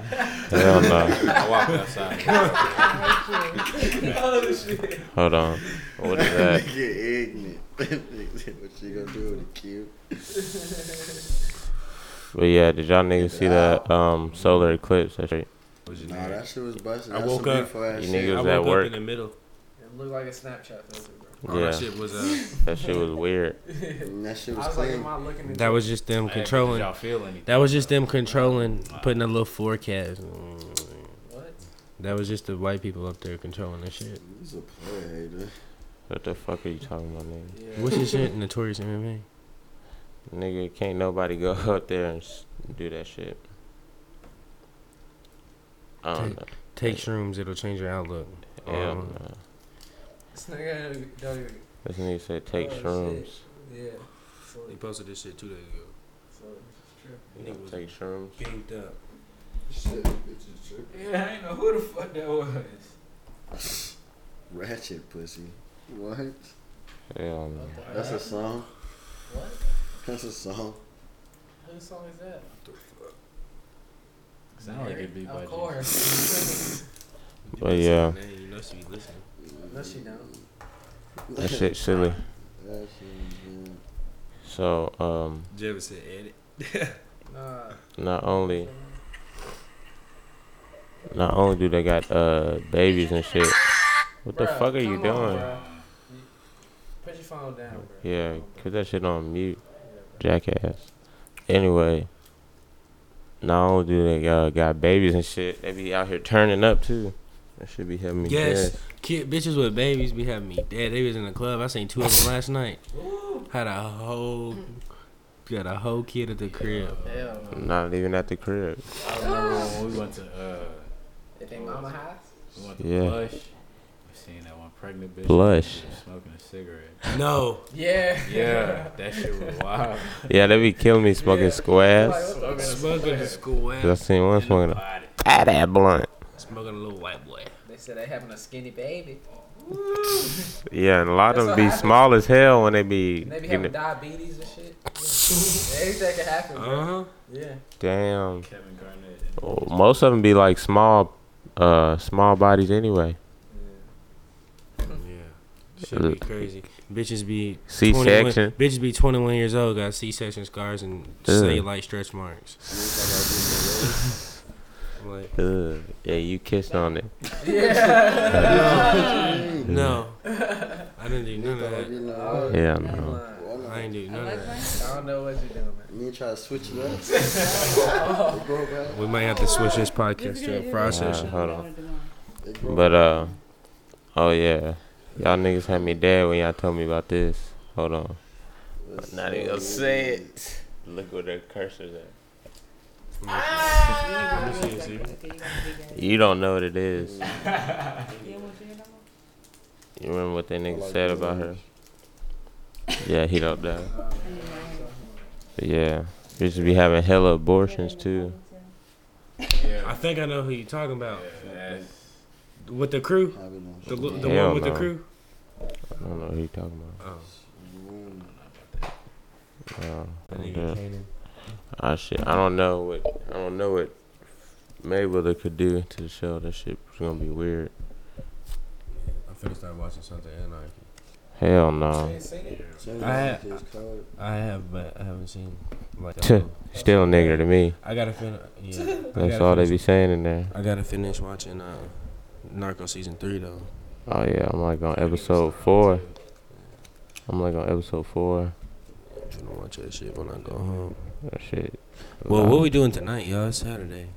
S2: Hell no.
S5: I walked outside.
S2: Hold on. What is that?
S6: nigga ignorant. what you gonna do with the kid?
S2: But yeah, did y'all niggas see that um solar eclipse? That shit?
S6: Nah, that shit was busted.
S3: I
S6: That's
S3: woke
S6: some
S3: up.
S6: beautiful ass
S2: You
S6: shit.
S2: niggas-
S3: I
S2: was at
S3: woke
S2: work.
S3: up in the middle.
S1: It looked like a Snapchat filter, bro.
S3: Oh,
S2: Yeah.
S3: That shit was uh,
S2: That shit was weird.
S6: And that shit
S1: I
S6: was
S1: was like,
S6: clean.
S1: am I looking at
S3: That was just them
S5: Hey, Did
S3: controlling.
S5: y'all feel anything?
S3: That was just them controlling, putting a little forecast.
S1: what?
S3: That was just the white people up there controlling that shit.
S6: He's a player hater.
S2: What the fuck are you talking about, nigga?
S1: Yeah.
S3: What's this shit? Notorious MMA.
S2: Nigga, can't nobody go up there and s- do that shit. I don't know.
S3: Take shrooms, it'll change your outlook.
S2: Hell
S3: Um,
S2: no.
S1: This nigga don't even- don't even.
S2: This nigga said take
S1: Oh, shit.
S2: shrooms.
S1: Yeah. So,
S3: He posted this shit two days ago.
S1: so it's true.
S2: You don't take shrooms.
S3: Ganged up.
S6: Shit, bitches tripping.
S5: Yeah, I ain't know who the fuck that was.
S6: Ratchet pussy. What?
S2: Hell no.
S6: That's a song.
S1: What?
S6: That's a song.
S1: Whose song is that?
S5: Sound like it'd be
S1: Of
S5: by Jay-Z.
S1: course.
S2: But yeah,
S3: you know she be listening.
S1: no, she don't.
S2: that shit silly.
S6: That shit, man.
S2: So, um,
S3: Jevin said, edit.
S1: Nah.
S2: not only, not only do they got uh babies and shit. What the
S1: Bruh,
S2: fuck are you
S1: come
S2: doing?
S1: on, bruh. You- Put your phone down, bro.
S2: Yeah, put that shit on mute, jackass. Anyway, not only do they uh, got babies and shit, they be out here turning up too. That should be helping me.
S3: Yes.
S2: Yes.
S3: Kid bitches with babies be having me dead. They was in the club. I seen two of them last night. Had a whole, got a whole kid at the crib.
S1: Hell no.
S2: Not even at the crib.
S5: I remember when we went to uh,
S1: They think mama house?
S5: we went to
S2: Yeah.
S5: Plush. We seen that one
S3: pregnant bitch.
S2: Blush.
S3: Smoking a cigarette.
S5: No.
S1: Yeah.
S3: Yeah, that shit was wild.
S2: Yeah, they be killing me smoking
S1: Yeah. Like,
S2: squares.
S1: what the fuck is
S5: Smoking a
S1: this?
S2: Cause I
S5: square.
S2: seen one smoking a
S5: Body.
S2: fat ass blunt.
S5: Smoking a little white boy.
S1: They said they having a skinny baby.
S2: Yeah, and a lot
S1: That's
S2: of them
S1: what
S2: be
S1: happens.
S2: small as hell when they be
S1: And they be
S2: getting
S1: having
S2: it.
S1: diabetes and shit. Yeah. Anything can happen, bro.
S5: Uh
S3: Uh-huh.
S5: huh.
S1: Yeah.
S2: Damn.
S3: Kevin Garnett.
S2: Oh, Most of them be like small, uh, small bodies anyway.
S5: Yeah. Should be crazy. Bitches be 21
S2: C-section.
S5: Bitches be 21 years old, got C-section scars and cellulite stretch marks. I'm like,
S2: Ugh. Yeah, you kissed on it.
S1: Yeah.
S5: no, I didn't do none of that.
S1: Oh,
S2: Yeah,
S1: you
S2: no.
S1: lying.
S5: I ain't do none of that.
S1: I don't know what you're doing, man.
S6: Me try to switch it up. it broke out.
S5: We might have to switch this podcast to a fry
S2: Nah,
S5: session.
S2: hold on.
S6: It broke
S2: But uh, oh yeah, y'all niggas had me dead when y'all told me about this. Hold on.
S6: Let's
S2: Not even gonna say it. Look where the cursor's at. You don't know what it is. You remember what that nigga said about her? Yeah, he don't know. But yeah, we used to be having hella abortions too.
S5: I
S3: Yeah.
S5: think I know who you're talking about.
S3: That's-
S5: With the crew,
S6: I don't know.
S5: the li- the
S2: Hell
S5: one with
S2: no.
S5: the crew.
S2: I don't know who you talking
S5: Oh,
S6: Mm.
S2: about.
S5: that
S2: Uh,
S5: nigga
S2: yeah.
S5: Kanan.
S2: I shit. I don't know what. I don't know what Mayweather could do to the show. That shit was gonna be weird.
S5: I'm finna start watching something anarchy.
S2: Hell no.
S6: Change
S5: I had-
S6: his card.
S5: I have, but I haven't seen. Like, um,
S2: Tuh. Still nigger to me.
S5: I gotta finish. Yeah,
S2: That's all they be saying in there.
S5: I gotta finish watching uh, Narco season three though.
S2: Oh yeah, I'm like on episode four. I'm like on episode four.
S5: I'm gonna watch that shit when I go home.
S2: That shit.
S5: Well, what we doing tonight, y'all? It's Saturday.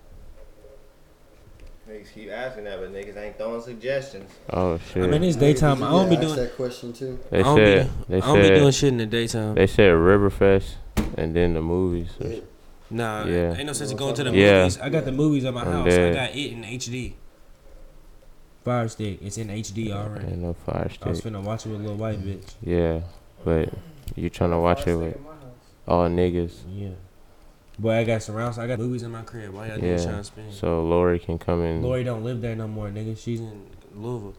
S4: Niggas keep asking that, but niggas ain't throwing suggestions.
S2: Oh
S5: I mean,
S2: shit.
S5: it's daytime. I don't be
S6: Yeah, ask
S5: doing.
S6: that question too.
S5: I
S2: They
S5: don't be
S2: said
S5: I
S2: they
S5: don't be doing
S2: said
S5: shit in the daytime.
S2: they said Riverfest and then the movies.
S6: Yeah.
S5: Nah,
S2: Yeah.
S5: Uh, ain't no sense in going to the
S2: Yeah.
S5: movies. I got the movies at my
S2: I'm
S5: house.
S2: dead.
S5: I got it in HD. Fire stick. It's in HD already.
S2: And no fire
S5: I was
S2: stick.
S5: finna watch it with a little white bitch.
S2: Yeah, but you trying to watch it with all niggas,
S5: Yeah. Boy, I got surrounds. I got movies in my crib. Why y'all
S2: Yeah.
S5: niggas trying to spend?
S2: so Lori can come in.
S5: Lori don't live there no more, nigga. She's in Louisville.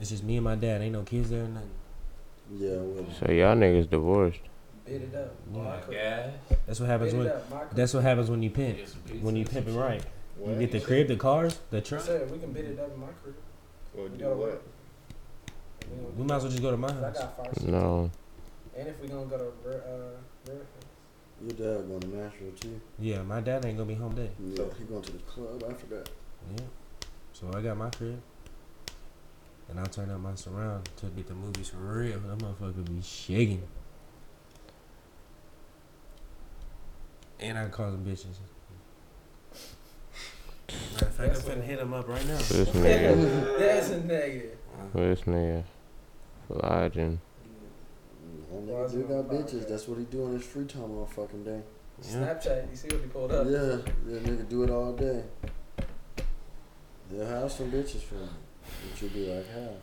S5: It's just me and my dad. Ain't no kids there or nothing.
S6: Yeah, I would.
S2: So y'all niggas divorced.
S1: Beat it up.
S5: Yeah.
S1: Michael.
S3: Gas.
S5: That's what happens
S1: Beat it
S5: when.
S1: up, Michael.
S5: That's what happens when you pimp.
S3: Yes,
S5: When you
S3: bitch.
S5: pimp it right, you
S4: What?
S5: get the crib, the cars, the truck.
S1: Sir, we can beat it up in my crib.
S4: Well, do what?
S1: We gonna-
S5: We might as well just go to my
S1: I
S5: house.
S1: got fire shit.
S2: No.
S1: And if we gonna go to Ver- uh, Ver-
S6: Your dad going to Nashville too.
S5: Yeah, my dad ain't gonna be home today.
S6: Yeah, he going to the club after that.
S5: Yeah. So I got my crib. And I turn up my surround to get the movies for real. That motherfucker be shaking. And I call them bitches. Matter of fact, I'm finna hit him up right now.
S2: This nigga.
S1: that's a negative.
S2: This nigga. Lodging.
S6: That
S4: Mm-hmm.
S6: nigga do got bitches. That's what he do on his free time all fucking day.
S5: Yeah.
S1: Snapchat, you see what he pulled
S6: Yeah,
S1: up?
S6: yeah, nigga do it all day. They'll have some bitches for you, but you'll be like, how?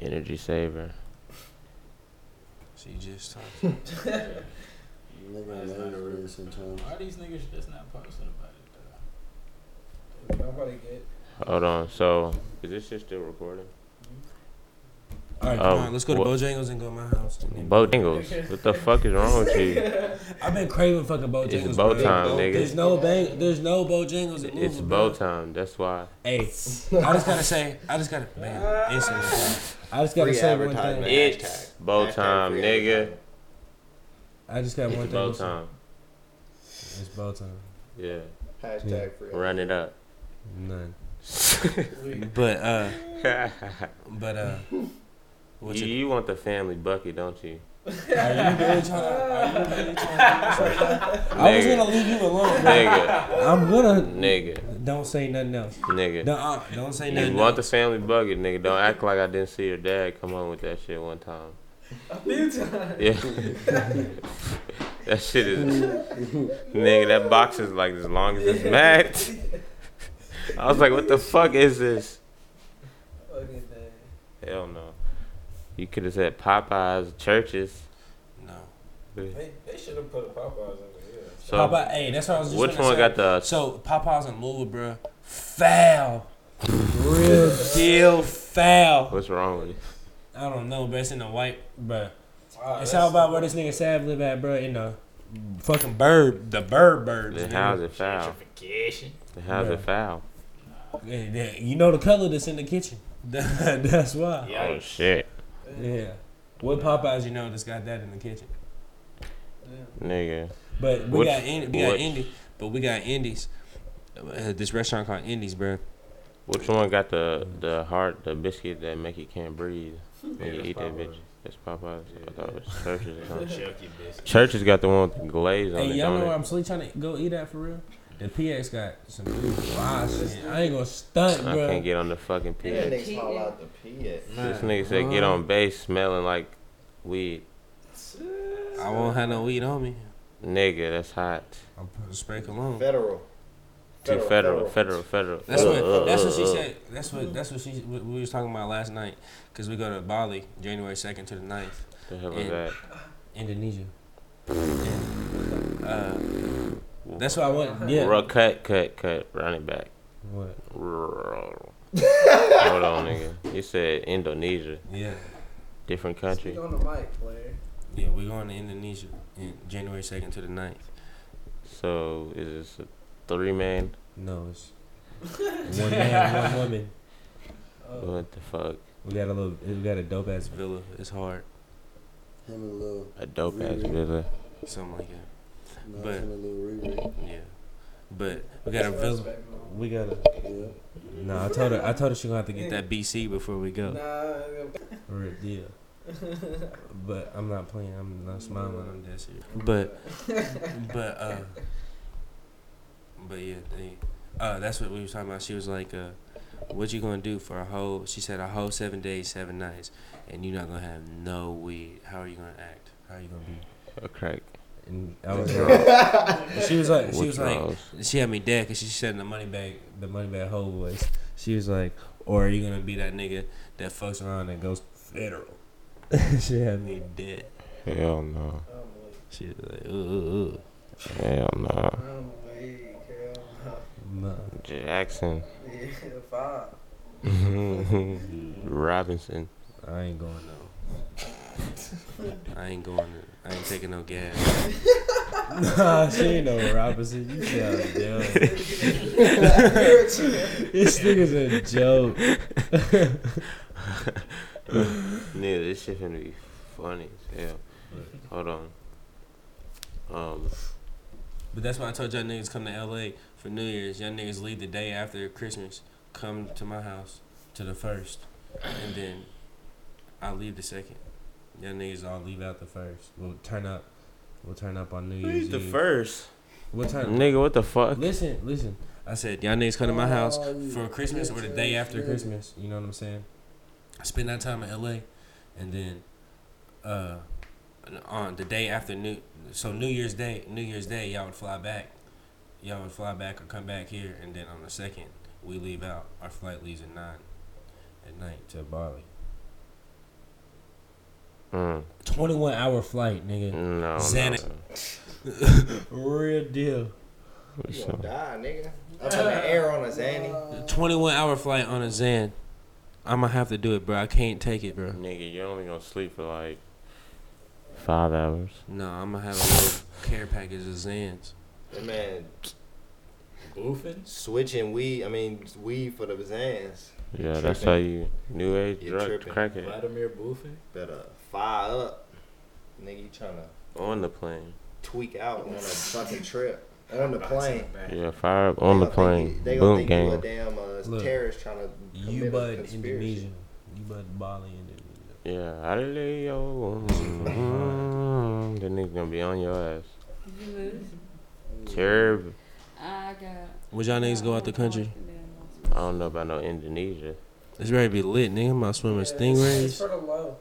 S2: Energy saver.
S5: She just talked.
S6: Nigga,
S3: That's
S6: ain't
S3: not a
S6: really
S3: real-
S6: sometimes.
S3: Why these niggas just not posting about it though?
S1: Nobody get.
S2: Hold on. So, is this shit still recording?
S5: All right,
S2: Um,
S5: come on. Let's go to
S2: what-
S5: Bojangles and go to my house. and then-
S2: Bojangles. What the fuck is wrong with you?
S5: I've been craving fucking Bojangles.
S2: It's bow
S5: bro.
S2: time,
S5: There's
S2: nigga.
S5: no bang. There's no Bojangles. in
S2: It's
S5: Louisville,
S2: bow
S5: bro.
S2: time. That's why.
S5: Hey, I just gotta say, I just gotta, man, instantly. I just gotta
S4: Free
S5: say one
S4: advertisement.
S5: thing.
S2: It's bow
S4: Hashtag
S2: time,
S4: free
S2: nigga.
S4: advertisement.
S5: I just got one
S2: It's
S5: thing.
S2: bow
S5: to say.
S2: time.
S5: It's bow time.
S2: Yeah.
S4: Hashtag free.
S2: Run it up.
S5: None. But uh, but uh,
S2: You,
S5: what you?
S2: you want the family bucket, don't you?
S5: Are you really trying to? Are you really trying to I was
S2: Nigga.
S5: gonna leave you alone. bro.
S2: Nigga.
S5: I'm gonna.
S2: Nigga.
S5: Don't say nothing else.
S2: Nigga.
S5: Nuh-uh, don't say
S2: You
S5: nothing.
S2: want the
S5: else.
S2: family bucket, nigga. Don't act like I didn't see your dad come home with that shit one time.
S1: A few times.
S2: Yeah. that shit is. nigga, that box is like as long as this mat. I was like, what the fuck is this?
S1: Fucking thing.
S2: Hell no. You could have said Popeyes, churches.
S5: No.
S3: They, they should have put a Popeyes over here.
S2: So
S5: Popeye, hey, that's what I was just
S2: which
S5: gonna
S2: one
S5: say.
S2: got the?
S5: So Popeyes and Louis, bro, foul, real deal foul.
S2: What's wrong with it?
S5: I don't know, but it's in the white, bro.
S3: Ah,
S5: It's
S3: that's-
S5: all about where this nigga Sav live at, bro. In the fucking bird, the bird birds.
S2: Then
S5: nigga.
S2: how's it foul?
S3: Gentrification.
S2: Then how's it
S5: Bruh.
S2: foul?
S5: Yeah, yeah, You know the color that's in the kitchen. that's why.
S2: Oh shit,
S5: Yeah. What Popeyes you know that's got that in the kitchen?
S2: nigga.
S5: But we
S2: What-
S5: got Ind- we got
S2: what-
S5: Indy, but we got Indies. Uh, this restaurant called Indies, bro.
S2: Which one got the the heart, the biscuit that make you can't breathe when you eat that bitch? That's Popeyes. I thought it was churches or something.
S3: Chucky biscuit.
S2: Churches got the one with the glaze on
S5: Hey,
S2: it,
S5: y'all know where
S2: don't
S5: I'm sleep trying to go eat at for real? The PX got some fly shit. I ain't gonna stunt,
S2: it? I
S5: bro.
S2: can't get on the fucking
S4: That
S2: pig.
S4: nigga call out the pee at.
S2: This nigga said get on base smelling like weed.
S5: I won't have no weed on me.
S2: Nigga, that's hot.
S5: I'm putting spray cologne.
S4: Federal.
S2: Too federal, federal, federal.
S5: That's
S2: Uh,
S5: what
S2: uh,
S5: that's
S2: uh,
S5: what she
S2: uh.
S5: said. That's what that's what she we we was talking about last night. Cause we go to Bali January second to the 9th.
S2: The hell is
S5: Yeah.
S2: that?
S5: Indonesia. Uh, that's why I want. Yeah.
S2: Ru- cut, cut, cut. Run it back.
S5: What?
S2: Ru- Hold on, nigga. You said Indonesia,
S5: Yeah.
S2: different
S1: Speak
S2: country.
S1: on the mic, player.
S5: Yeah, we're going to Indonesia in January second to the 9th.
S2: So is this a three man?
S5: No, it's one man, one woman.
S1: Uh,
S2: What the fuck?
S5: We got a little. We got a dope ass villa. It's hard.
S6: Him and Lil.
S2: A dope ass villa.
S5: Something like that.
S6: No,
S5: But-
S6: him and Lil Riri.
S5: Yeah. But we got a villa. We got a.
S6: Yeah.
S5: No, I told her. I told her she gonna have to get that BC before we go.
S1: Nah,
S5: Real deal. But I'm not playing. I'm not smiling. I'm dead serious. But, but, uh, but yeah, they, uh, that's what we was talking about. She was like, uh, "What you gonna do for a whole?" She said, "A whole seven days, seven nights, and you're not gonna have no weed. How are you gonna act? How are you gonna be?"
S2: A crack.
S5: And I was like, she was like, she was like,
S2: Withdrawals.
S5: she had me dead because she said in the money bag, the money bag hoe voice. She was like, "Or are you gonna be that nigga that fucks around and goes federal?" she had me dead.
S2: Hell no.
S5: She was like, "Ooh, ooh,
S2: Hell no.
S1: I'm weak, hell no.
S5: no."
S2: Jackson.
S1: Yeah, five.
S2: Robinson.
S5: I ain't going no. I ain't going. To, I ain't taking no gas. nah, she ain't no Robinson. You sound dumb. this nigga's a joke.
S2: Nigga, this shit finna be funny as hell. Hold on. Um,
S5: But that's why I told y'all niggas come to LA for New Year's. Y'all niggas leave the day after Christmas. Come to my house to the first, and then I leave the second. Y'all niggas all leave out the first. We'll turn up. We'll turn up on New Year's. Eve.
S2: first?
S5: We'll turn.
S2: Nigga, what the fuck?
S5: Listen, listen. I said, y'all niggas come to my house
S6: Oh,
S5: for Christmas or the day after
S6: yeah.
S5: Christmas. You know what I'm saying? Spend that time in LA, and then uh, on the day after New, so New Year's Day, New Year's Day, y'all would fly back. Y'all would fly back or come back here, and then on the second, we leave out. Our flight leaves at nine at night to Bali.
S2: Mm,
S5: Twenty-one hour flight, nigga.
S2: no,
S5: Xanax.
S2: no.
S5: Real deal.
S4: You gonna die, nigga. I'm talking air on a Zanny.
S5: Twenty-one hour flight on a Zan. I'm gonna have to do it, bro. I can't take it, bro.
S2: Nigga, you're only gonna sleep for like five hours.
S5: No, I'm gonna have a little care package of Zans.
S4: That man
S3: Boofing?
S4: switching weed, I mean, weed for the Zans.
S2: Yeah,
S4: You're
S2: that's
S4: tripping.
S2: how you new age
S4: You're
S2: drug
S4: tripping.
S2: crackhead
S3: Vladimir Boofing?
S4: Better fire up. Nigga, you trying to
S2: on the plane.
S4: tweak out on a fucking trip. On the plane.
S2: Yeah, fire up on the
S4: They gonna think
S2: plane.
S4: you- They gonna
S2: Boom
S4: think
S2: gang.
S4: you a damn uh,
S5: Look,
S4: terrorist trying to
S5: You
S4: commit a
S5: bud
S4: conspiracy.
S5: Indonesia. You bud Bali Indonesia.
S2: Yeah, Adelio. Mm, the nigga gonna be on your ass. Terrible.
S7: I got.
S5: Would y'all niggas go out the country?
S2: I don't know about no Indonesia.
S5: It's ready to be lit, nigga. I'm out swimming with stingrays.
S1: for the low.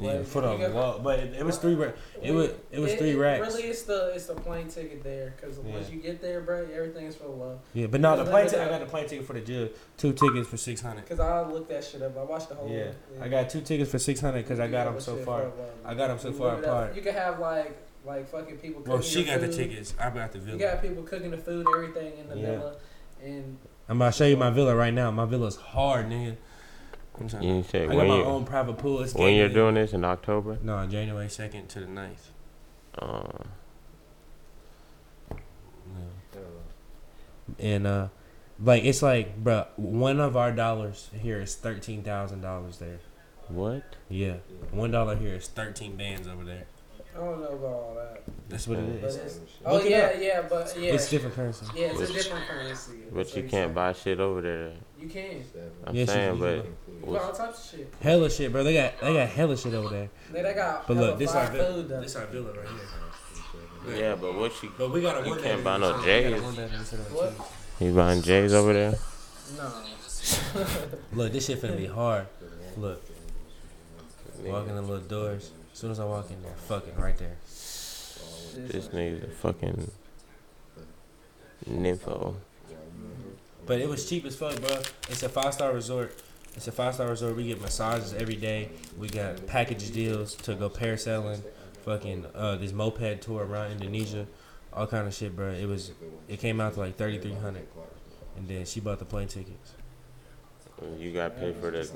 S5: Yeah,
S1: Like,
S5: for the
S1: you got-
S5: love, but it, it was three. Ra- it was it was three racks.
S1: Really, it's the it's the plane ticket there because
S5: Yeah.
S1: once you get there, bro, everything is for the love.
S5: Yeah, but no, the
S1: But-
S5: plane
S1: but-
S5: ticket. I got the plane ticket for the gym. Two tickets for six hundred.
S1: Because I looked that shit up. I watched the whole.
S5: Yeah, I got two tickets for six hundred because I
S1: You
S5: got
S1: have
S5: them
S1: a
S5: so
S1: shit
S5: far.
S1: for a love.
S5: I got 'em so
S1: You
S5: far
S1: live it up.
S5: apart.
S1: You can have like like fucking people.
S5: Well,
S1: cooking
S5: she
S1: your
S5: got the
S1: food.
S5: tickets. I got the
S1: You
S5: villa.
S1: got people cooking the food, everything in the
S5: Yeah.
S1: villa, and
S5: I'm about to show you my villa right now. My villa's hard, nigga. I'm trying.
S2: You
S5: I
S2: said
S5: got
S2: when
S5: my
S2: you
S5: own private pool. It's
S2: when you're
S5: gated.
S2: doing this in October.
S5: No, January 2nd to the 9th.
S2: Uh,
S5: Yeah.
S4: Uh,
S5: And, uh, like, it's like, bruh, one of our dollars here is $13,000 there.
S2: what?
S5: Yeah. One dollar here is 13 bands over there.
S1: I don't know about all that.
S5: That's what it
S1: But
S5: is.
S1: it's, oh
S5: Look it
S1: yeah,
S5: up.
S1: yeah, but yeah,
S5: It's different currency.
S1: yeah, it's
S2: Which-
S1: a different currency.
S2: But
S1: So
S2: you can't
S1: said-
S2: buy shit over there.
S1: You can.
S2: I'm
S5: Yes, you
S2: saying,
S5: can.
S2: but
S1: You buy all types of shit.
S5: Hella shit, bro. They got they got hella shit over there.
S1: They, they got
S5: But
S1: hella
S5: look, this
S1: fire
S5: our villa.
S1: food though.
S5: This our villa right here.
S2: yeah, but what you
S5: But we got a
S2: You
S5: one bedroom
S2: can't buy no
S5: instead of- we got a
S2: J's.
S5: one bedroom instead of a
S1: What?
S5: two.
S2: you buying J's over there?
S1: No.
S5: Look, this shit finna be hard. Look, walk in the little doors. As soon as I walk in there, fucking right there.
S2: This nigga's a fucking nympho.
S5: But it was cheap as fuck, bro. It's a five star resort. It's a five star resort. We get massages every day. We got package deals to go parasailing, fucking uh, this moped tour around Indonesia, all kind of shit, bro. It was, it came out to like thirty three hundred, and then she bought the plane tickets.
S2: You gotta pay for the.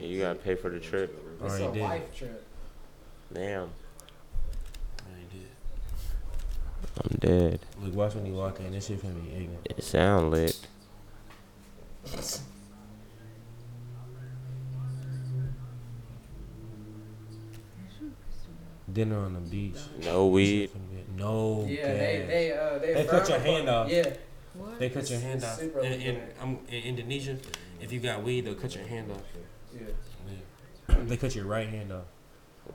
S2: You, you gotta pay for the trip.
S1: It's
S5: Already
S1: a
S5: did.
S1: life trip.
S2: Damn, I'm dead.
S5: Look, watch when you walk in. This shit finna be ignorant.
S2: It sound lit.
S5: Dinner on the beach.
S2: No
S5: This
S2: weed.
S5: shit finna be- No
S1: Yeah,
S5: gas.
S1: they they uh they,
S5: They
S1: firm
S5: cut your hand
S1: upon-
S5: off.
S1: Yeah,
S5: They cut your hand off. In,
S1: Super
S5: in,
S1: illegal.
S5: um, in Indonesia, if you got weed, they'll cut your hand off.
S1: yeah.
S5: They cut your right hand off.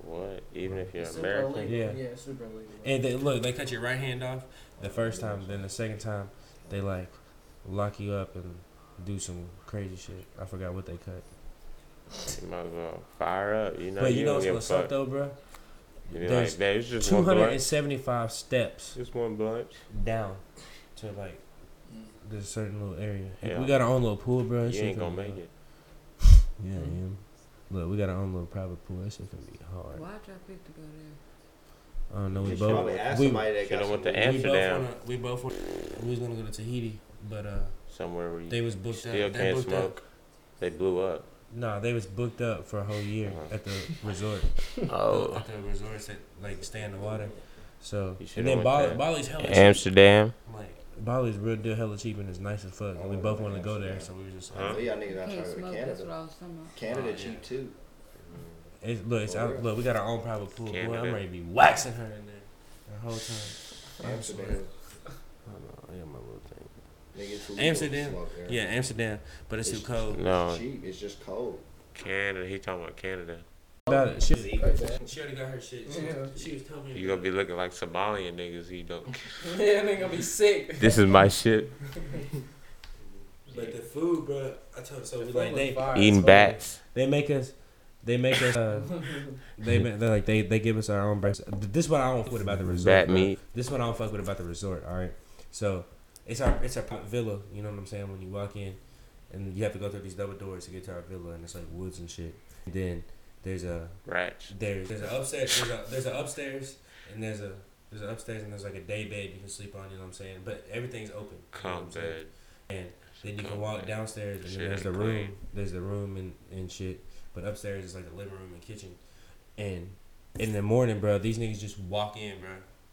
S2: What? Even if you're
S1: Super
S2: American.
S1: illegal.
S5: Yeah.
S1: Yeah, super illegal.
S5: And they look, they cut your right hand off the first time, then the second time they like lock you up and do some crazy shit. I forgot what they cut.
S2: You might as well fire up. You know,
S5: but
S2: you,
S5: you know
S2: don't
S5: what's
S2: give a
S5: what's up
S2: fuck.
S5: though, bro?
S2: You be
S5: There's
S2: like, man, it's just
S5: Two
S2: one
S5: hundred
S2: blunt.
S5: and seventy-five steps
S2: Just one blunt.
S5: down to like this certain little area.
S2: Yeah.
S5: We got our own little pool, bro. That
S2: You
S5: shit
S2: ain't
S5: finna
S2: gonna
S5: be
S2: make
S5: hard.
S2: it.
S5: Yeah, I am. Look, we got our own little private pool. That shit gonna be hard.
S7: Why'd y'all pick to go there?
S5: I don't know. We
S2: You
S5: both.
S4: Probably ask
S5: we-
S4: somebody that
S2: Should
S4: got
S2: have went to
S4: some weed.
S5: We both,
S2: Amsterdam.
S5: wanna, we both wanna, we was gonna go to Tahiti, but uh,
S2: Somewhere where
S5: they
S2: you
S5: was booked
S2: still
S5: up. They
S2: can't
S5: booked up.
S2: smoke. They blew up.
S5: No, they was booked up for a whole year
S2: Uh-huh.
S5: at the resort.
S2: Oh.
S5: At the resorts that like stay in the water. So
S2: You should've
S5: and then
S2: went
S5: Bali,
S2: there.
S5: Bali's hella cheap.
S2: Amsterdam.
S5: Like Bali's real deal hella cheap and it's nice as fuck. And we both wanted to go there, Oh, so we were just
S4: I know
S5: like,
S4: y'all niggas out trying to
S7: Can't
S4: go to
S7: smoke, that's what
S4: Canada.
S7: I was talking about.
S4: Canada
S5: Oh, yeah.
S4: cheap too.
S5: it's, look, it's out, look, we got our own private pool. Boy, I'm
S2: Canada.
S5: ready to be waxing her in there the whole time.
S4: Amsterdam.
S5: I got my little thing.
S4: Nigga, it's illegal to
S5: Amsterdam.
S4: smoke there.
S5: Yeah, Amsterdam, but it's too cold.
S2: No,
S4: Cheap. It's just cold.
S2: Canada. He talking about Canada.
S5: About it, she,
S1: Like that.
S5: she already got her shit. She, she was telling me.
S2: You gonna be looking like Somalian niggas. He don't.
S1: yeah, they gonna be sick.
S2: This is my shit.
S5: But the food, bro, I told her so. We like they,
S2: Eating bats.
S5: They make us. They make us. Uh, they ma- they like they they give us our own breakfast. This is what I don't fuck with about the uh, resort.
S2: Bat
S5: bro.
S2: meat.
S5: This is what I don't fuck with about the resort. All right, so it's our it's our private villa. You know what I'm saying? When you walk in, and you have to go through these double doors to get to our villa, and it's like woods and shit. And then there's a
S2: Rats.
S5: there's there's a upstairs there's a there's a upstairs and there's a there's an upstairs and there's like a day bed you can sleep on. You know what I'm saying? But everything's open. you know what
S2: Come
S5: I'm saying?
S2: bed.
S5: And then you
S2: Come
S5: can walk
S2: back.
S5: downstairs and
S2: Shit
S5: then there's
S2: ain't
S5: the room.
S2: clean.
S5: There's the room and, and shit. But upstairs is like the living room and kitchen. And in the morning, bro, these niggas just walk in, bro,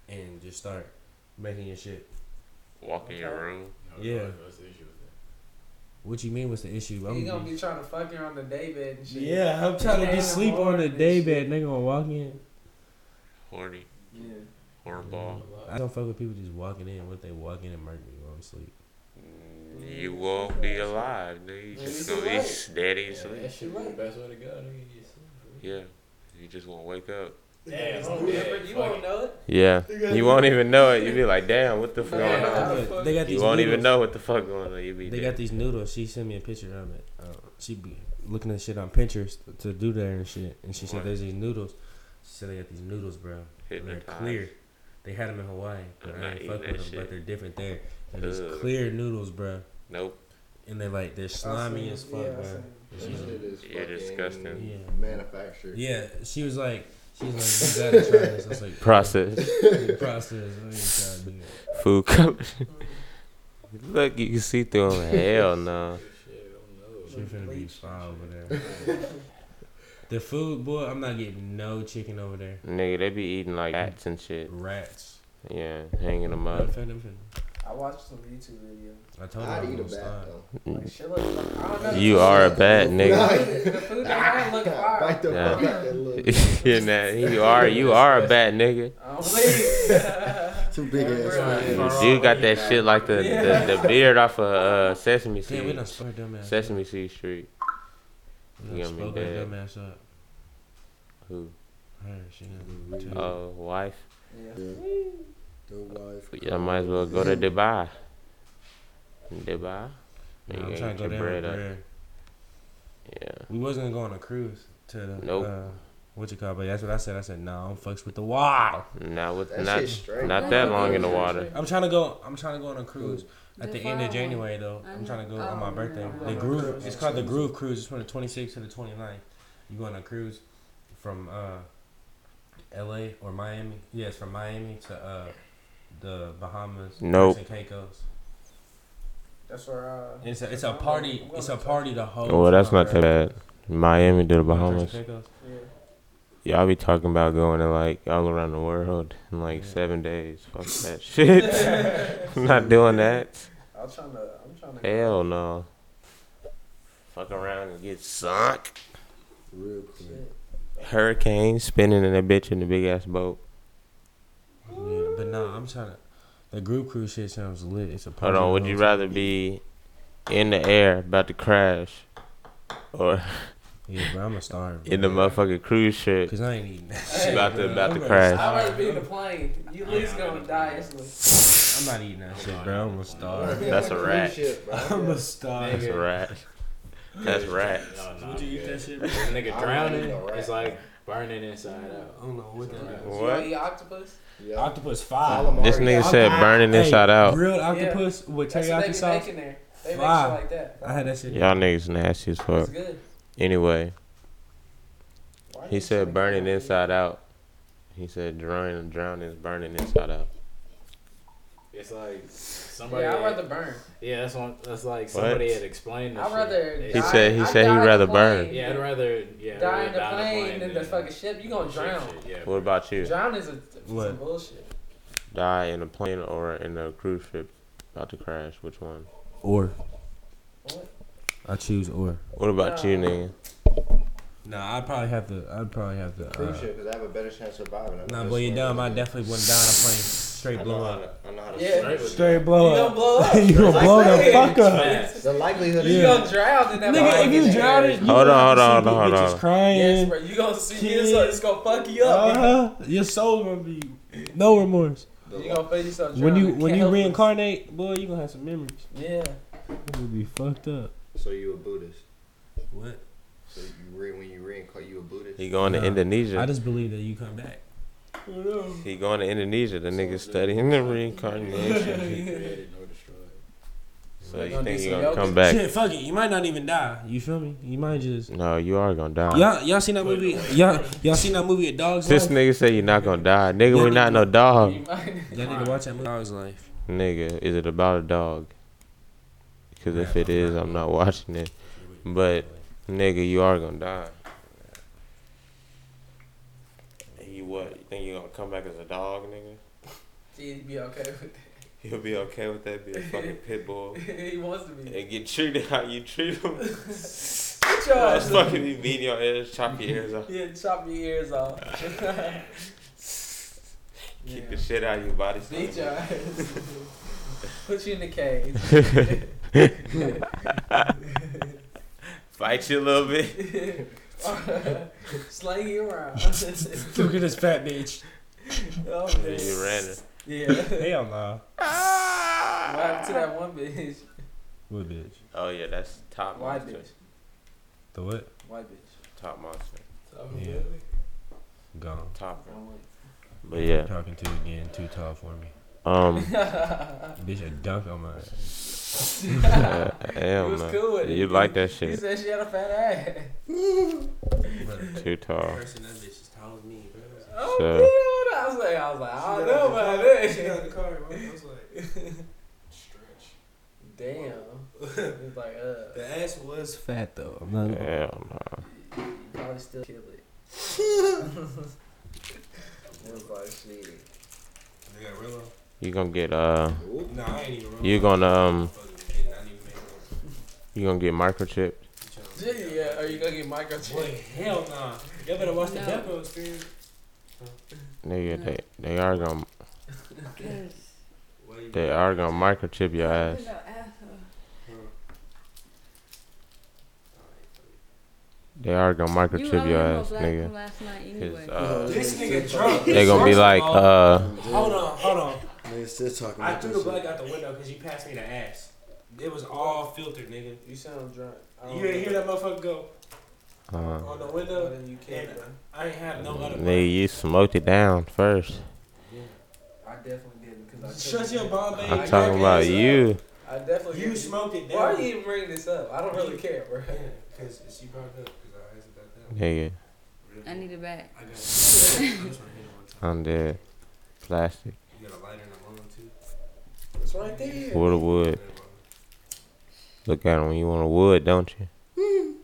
S5: and just start making your shit.
S2: Walk in your room.
S5: Yeah. What you mean? What's the issue?
S1: You gonna be trying to fuck her on the day bed and shit.
S5: yeah, I'm trying to
S1: Yeah,
S5: be sleep on the
S1: morning
S5: day
S1: and
S5: bed. Nigga gonna walk in.
S2: Horny.
S1: Yeah.
S2: Hornball.
S5: I don't fuck with people just walking in. What if they walk in and murder me while I'm asleep? Mm.
S2: You won't be alive, nigga. You just
S1: Yeah,
S2: gonna
S1: you
S2: be
S1: right.
S2: dead and sleep.
S1: She right.
S9: Best way to go, nigga. Just,
S2: Yeah. You just won't wake up.
S9: Damn,
S5: oh,
S1: It's never- you won't know it.
S2: Yeah. You won't even know it. You be like, damn, what the fuck
S1: Yeah.
S2: going on?
S1: how the
S5: Look,
S1: fuck-
S5: they got these
S2: You won't even
S5: noodles.
S2: know what the fuck going on. You be
S5: They
S2: dead.
S5: got these noodles. She sent me a picture of it. Um, She be looking at shit on Pinterest to do that and shit. And she said
S2: Right.
S5: there's these noodles. She said they got these noodles, bro. And they're
S2: Hypnotized.
S5: clear. They had them in Hawaii, but
S2: I'm
S5: I
S2: not
S5: ain't fuck
S2: eating that
S5: with them.
S2: shit.
S5: But they're different there. And these
S2: Ugh.
S5: clear noodles, bro.
S2: Nope.
S5: And they like they're slimy as fuck, bro.
S6: That shit is
S2: You're
S6: fucking
S2: disgusting.
S5: Yeah.
S6: Manufactured.
S5: Yeah, she was like, she was like, you gotta try this. I was like,
S2: Process.
S5: "Fucking process. I ain't trying to do that.
S2: Food color. Look, you can see through them. Hell no.
S5: She finna be fly over there. the food, boy, I'm not getting no chicken over there.
S2: Nigga, they be eating like rats and shit.
S5: Rats.
S2: Yeah, hanging them
S5: I'm
S2: up.
S5: finna, I'm finna.
S1: I watched some YouTube videos.
S5: I told her I
S6: I'd
S5: was
S6: eat a
S5: gonna slide.
S6: bat though.
S1: Like, shit look, like, I don't know.
S2: You are a bad nigga.
S1: The food they had looked
S6: Bite
S1: fire.
S6: the
S2: Yeah.
S6: fuck out that little.
S2: yeah, nah, you are you are a bad nigga.
S1: I don't believe.
S6: Too big ass
S1: Right.
S6: man.
S2: You got that shit like the the, the beard off of uh, Sesame
S5: Damn, we
S2: Street.
S5: done sparred dumbass.
S2: Sesame Street Street.
S5: up. We
S2: you
S5: done
S2: got me
S5: spoke
S2: dead.
S5: that dumbass up.
S2: Who?
S5: Her, she done too.
S2: Uh, wife.
S1: yeah.
S6: Yeah. The wife.
S2: Yeah, might as well go to Dubai. Dubai.
S5: Nah,
S2: You
S5: I'm
S2: gotta
S5: trying to
S2: get
S5: go
S2: your
S5: down
S2: bread
S5: with
S2: up.
S5: bread.
S2: Yeah.
S5: We wasn't gonna go on a cruise to the.
S2: Nope.
S5: Uh, what you call it? But that's what I said. I said, no, I'm fucks with the wild.
S2: Not with
S6: That
S2: not
S6: shit's straight.
S2: not that long in the water.
S5: I'm trying to go. I'm trying to go on a cruise at
S7: The
S5: the end of
S7: wild.
S5: January though.
S7: I
S5: I'm trying to
S7: know.
S5: go on my
S7: Oh,
S5: birthday.
S7: yeah.
S5: The groove. It's called the Groove Cruise. It's from the 26th to the 29th. You go on a cruise from uh, L.A. or Miami. Yes, from Miami to uh, the Bahamas.
S2: Nope.
S5: Turks and Caicos.
S1: That's where. Uh,
S5: And It's a, it's a party. It's a party the whole.
S2: Well, Oh, that's not that
S5: time,
S2: bad. Miami to the
S5: bro.
S2: Bahamas.
S5: Turks and Caicos.
S1: Yeah.
S2: Y'all be talking about going to like all around the world in like seven days. Fuck that shit. I'm not doing that.
S1: I was trying to. I'm trying to.
S2: Hell no. Fuck around and get sunk.
S6: Real quick.
S2: Hurricane spinning in a bitch in the big ass boat.
S5: Yeah, but nah, I'm trying to. The group cruise shit sounds lit. It's a
S2: Hold
S5: party.
S2: on,
S5: the
S2: would you
S5: whole time.
S2: rather be in the air about to crash or
S5: Yeah, bro, I'm a starve.
S2: in the
S5: bro.
S2: motherfucking cruise ship
S5: Cause I ain't eating that.
S2: about to about to
S5: I'm
S1: I'd
S2: crash?
S1: rather be in the plane. You at least
S3: Yeah.
S1: gonna die instantly.
S5: I'm not eating that shit, bro. I'm a starve.
S2: That's a rat.
S5: I'm a starve.
S2: That's a rat. That's rat.
S3: Would you eat that shit?
S4: I
S3: Nigga
S4: don't
S3: drowning.
S4: eat no rat.
S3: It's like burning inside out.
S5: I don't know what that is.
S1: You
S2: What?
S1: wanna eat octopus?
S6: Yeah.
S5: Octopus five.
S2: This nigga said burning inside out.
S5: Grilled octopus with
S1: That's what they
S5: teriyaki
S1: be
S5: sauce.
S1: making there. They make
S5: Fly.
S1: shit like that.
S5: I had that shit.
S2: Y'all niggas nasty as fuck.
S1: It's good.
S2: Anyway,
S1: Why
S2: he
S1: you
S2: said
S1: tryna-
S2: burning inside out. He said drowning, drowning is burning inside out.
S3: It's like somebody.
S1: Yeah, I'd
S3: had-
S1: rather burn.
S3: Yeah, that's one. That's like somebody had explained. This
S1: I'd rather.
S3: Shit.
S2: He
S3: They-
S1: die-
S2: said- he
S1: I'd
S2: said he'd
S1: die in the
S2: rather burn.
S1: plane.
S3: Yeah, I'd rather. Yeah, I'd
S1: die
S3: rather
S1: in the plane than the
S3: than
S1: fucking ship. You gonna
S3: ship
S1: drown.
S3: shit, Yeah.
S2: What about you?
S1: Drown is a some
S5: What?
S1: bullshit.
S2: Die in a plane or in a cruise ship about to crash? Which one?
S5: Or.
S1: What?
S5: I choose or.
S2: What about you, nigga?
S5: Nah, I'd probably have to. I'd probably have to.
S4: Cruise
S5: Uh,
S4: ship because I have a better chance of surviving. I'm
S5: nah,
S4: just
S5: boy, you
S4: swimming.
S5: dumb. I definitely wouldn't die on a plane. Straight
S2: I
S5: blow
S2: know how
S5: up.
S2: to. I know how to
S1: Yeah.
S2: swim.
S5: Straight blow
S1: You gonna blow up.
S5: you gonna
S1: Like
S5: blow the
S1: that.
S5: fuck up.
S3: Fast.
S4: The likelihood
S1: You
S5: Yeah.
S4: is
S1: gonna drown in that
S5: Nigga,
S1: plane.
S5: if you drown it, you
S2: Hold
S5: gonna have
S2: on,
S5: to
S2: hold on,
S5: see
S2: hold
S5: bitches
S2: on.
S1: Yes,
S5: Crying.
S1: bro. You gonna see
S5: Shit.
S1: yourself. It's gonna fuck you up. nigga.
S5: Uh-huh. Your soul gonna be no remorse.
S1: You gonna feel yourself drowning.
S5: When you when
S1: Can't
S5: you
S1: help it.
S5: reincarnate, boy, you gonna have some memories.
S1: Yeah.
S5: You be fucked up.
S4: So you a Buddhist?
S5: What?
S4: So you re- when you reincarnate, you a Buddhist?
S2: He going to
S5: Nah, I
S2: Indonesia.
S5: just believe that you come back.
S2: He going to Indonesia. The niggas studying the reincarnation.
S3: Created nor destroyed.
S2: so
S1: Gonna
S2: you
S1: do
S2: think you
S1: some
S2: gonna
S1: yoga?
S2: come back?
S5: Shit, fuck it. You might not even die. You feel me? You might just.
S2: No, you are gonna die.
S5: Y'all, y'all seen that movie? Y'all, y'all seen that movie? A Dog's
S2: This
S5: Life.
S2: nigga say you're not gonna die. Nigga, we not no dog.
S1: You might-
S5: Y'all need to watch that movie. Dog's Life.
S2: Nigga, is it about a dog? Because if it is, I'm not watching it. But, nigga, you are gonna die. And you what? You think you gonna come back as a dog, nigga?
S1: See, he'd be okay with
S2: You'll be okay with that? Be a fucking pit bull
S1: it. he wants to be.
S2: and get treated how you treat him?
S1: Get your
S2: That's
S1: ass.
S2: fucking be beating your ears, chop your ears off,
S1: Yeah, chop your ears off.
S2: kick
S1: Yeah.
S2: the shit out of your body.
S1: Beat your ass. Put you in the cage.
S2: Fight you a little bit.
S1: Slang you around.
S5: Look at this fat bitch.
S1: Oh,
S2: And then you ran it.
S1: yeah.
S5: Hell no.
S1: Ah! What happened to that one bitch?
S5: What bitch?
S2: Oh yeah, that's top
S1: Why
S2: monster.
S1: bitch?
S3: The what?
S1: White bitch.
S2: Top monster.
S3: Yeah. Gone.
S2: Top. But yeah.
S3: Talking to you again, too tall for me.
S2: Um.
S3: Bitch, a dunk on my ass.
S2: uh,
S1: He
S2: hell
S1: was
S2: no.
S1: cool with it.
S2: You like that
S1: He
S2: shit?
S1: said she had a fat ass.
S2: Too tall.
S5: Person, that bitch is tall as me, bro.
S1: Oh,
S2: So-
S1: man, what I was like, I was like, I don't know about that.
S5: car. I was like, stretch.
S1: Damn. It's like, uh,
S5: The ass was fat though. I'm not.
S2: Hell no.
S1: you probably still kill it. it was like, shit.
S5: They got Rillo.
S2: You gonna get uh.
S5: Nah, I ain't even. Rillo.
S2: You gonna um.
S5: Fucking kid, not even making it.
S2: You gonna get microchip?
S1: Gee, yeah, are you gonna get microchip?
S5: Boy, hell nah. Y'all better watch the Depot experience.
S2: Nigga, they they are gonna
S5: What do you
S2: they
S5: mean?
S2: are gonna microchip your ass. They are gonna microchip your ass, nigga.
S7: Last night
S2: 'Cause,
S7: anyway.
S2: uh,
S5: This nigga drunk.
S2: they gonna be
S5: First of
S2: like,
S5: all,
S2: uh,
S5: Hold on, hold on.
S6: Niggas still talking
S5: I
S6: about
S5: threw
S6: this
S5: the
S6: shit.
S5: bug out the window because you passed me the ass. It was all filtered, nigga.
S1: You sound drunk. I don't
S5: You didn't hear
S1: know.
S5: that motherfucker go
S2: uh
S5: on the
S1: Well,
S5: window.
S1: then you can't,
S5: And-
S1: bro.
S5: I ain't have no other.
S2: nigga, you smoked it down first.
S1: I definitely didn't because I
S5: Shut
S1: couldn't.
S5: your bomb ass.
S2: I'm talking about you.
S1: I definitely
S5: You
S1: couldn't.
S5: smoked it
S1: Why
S5: down.
S1: are you even bringing this up? I don't really care, bro.
S5: Yeah, because she brought it up. Because I asked about that.
S2: Nigga,
S5: Really?
S7: I need it back.
S5: I got it. I just want to hit it one time.
S2: I'm dead. Plastic.
S5: You got a lighter and a lung too?
S1: It's right there.
S2: Wood of wood. Look at 'em when you want a wood, don't you?
S5: Wood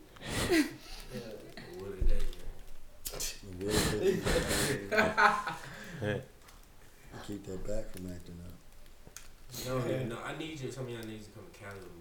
S5: of day,
S6: We'll Keep that back from acting up.
S5: man. No, man, no. I need you. Some of y'all niggas to come to Cali with me.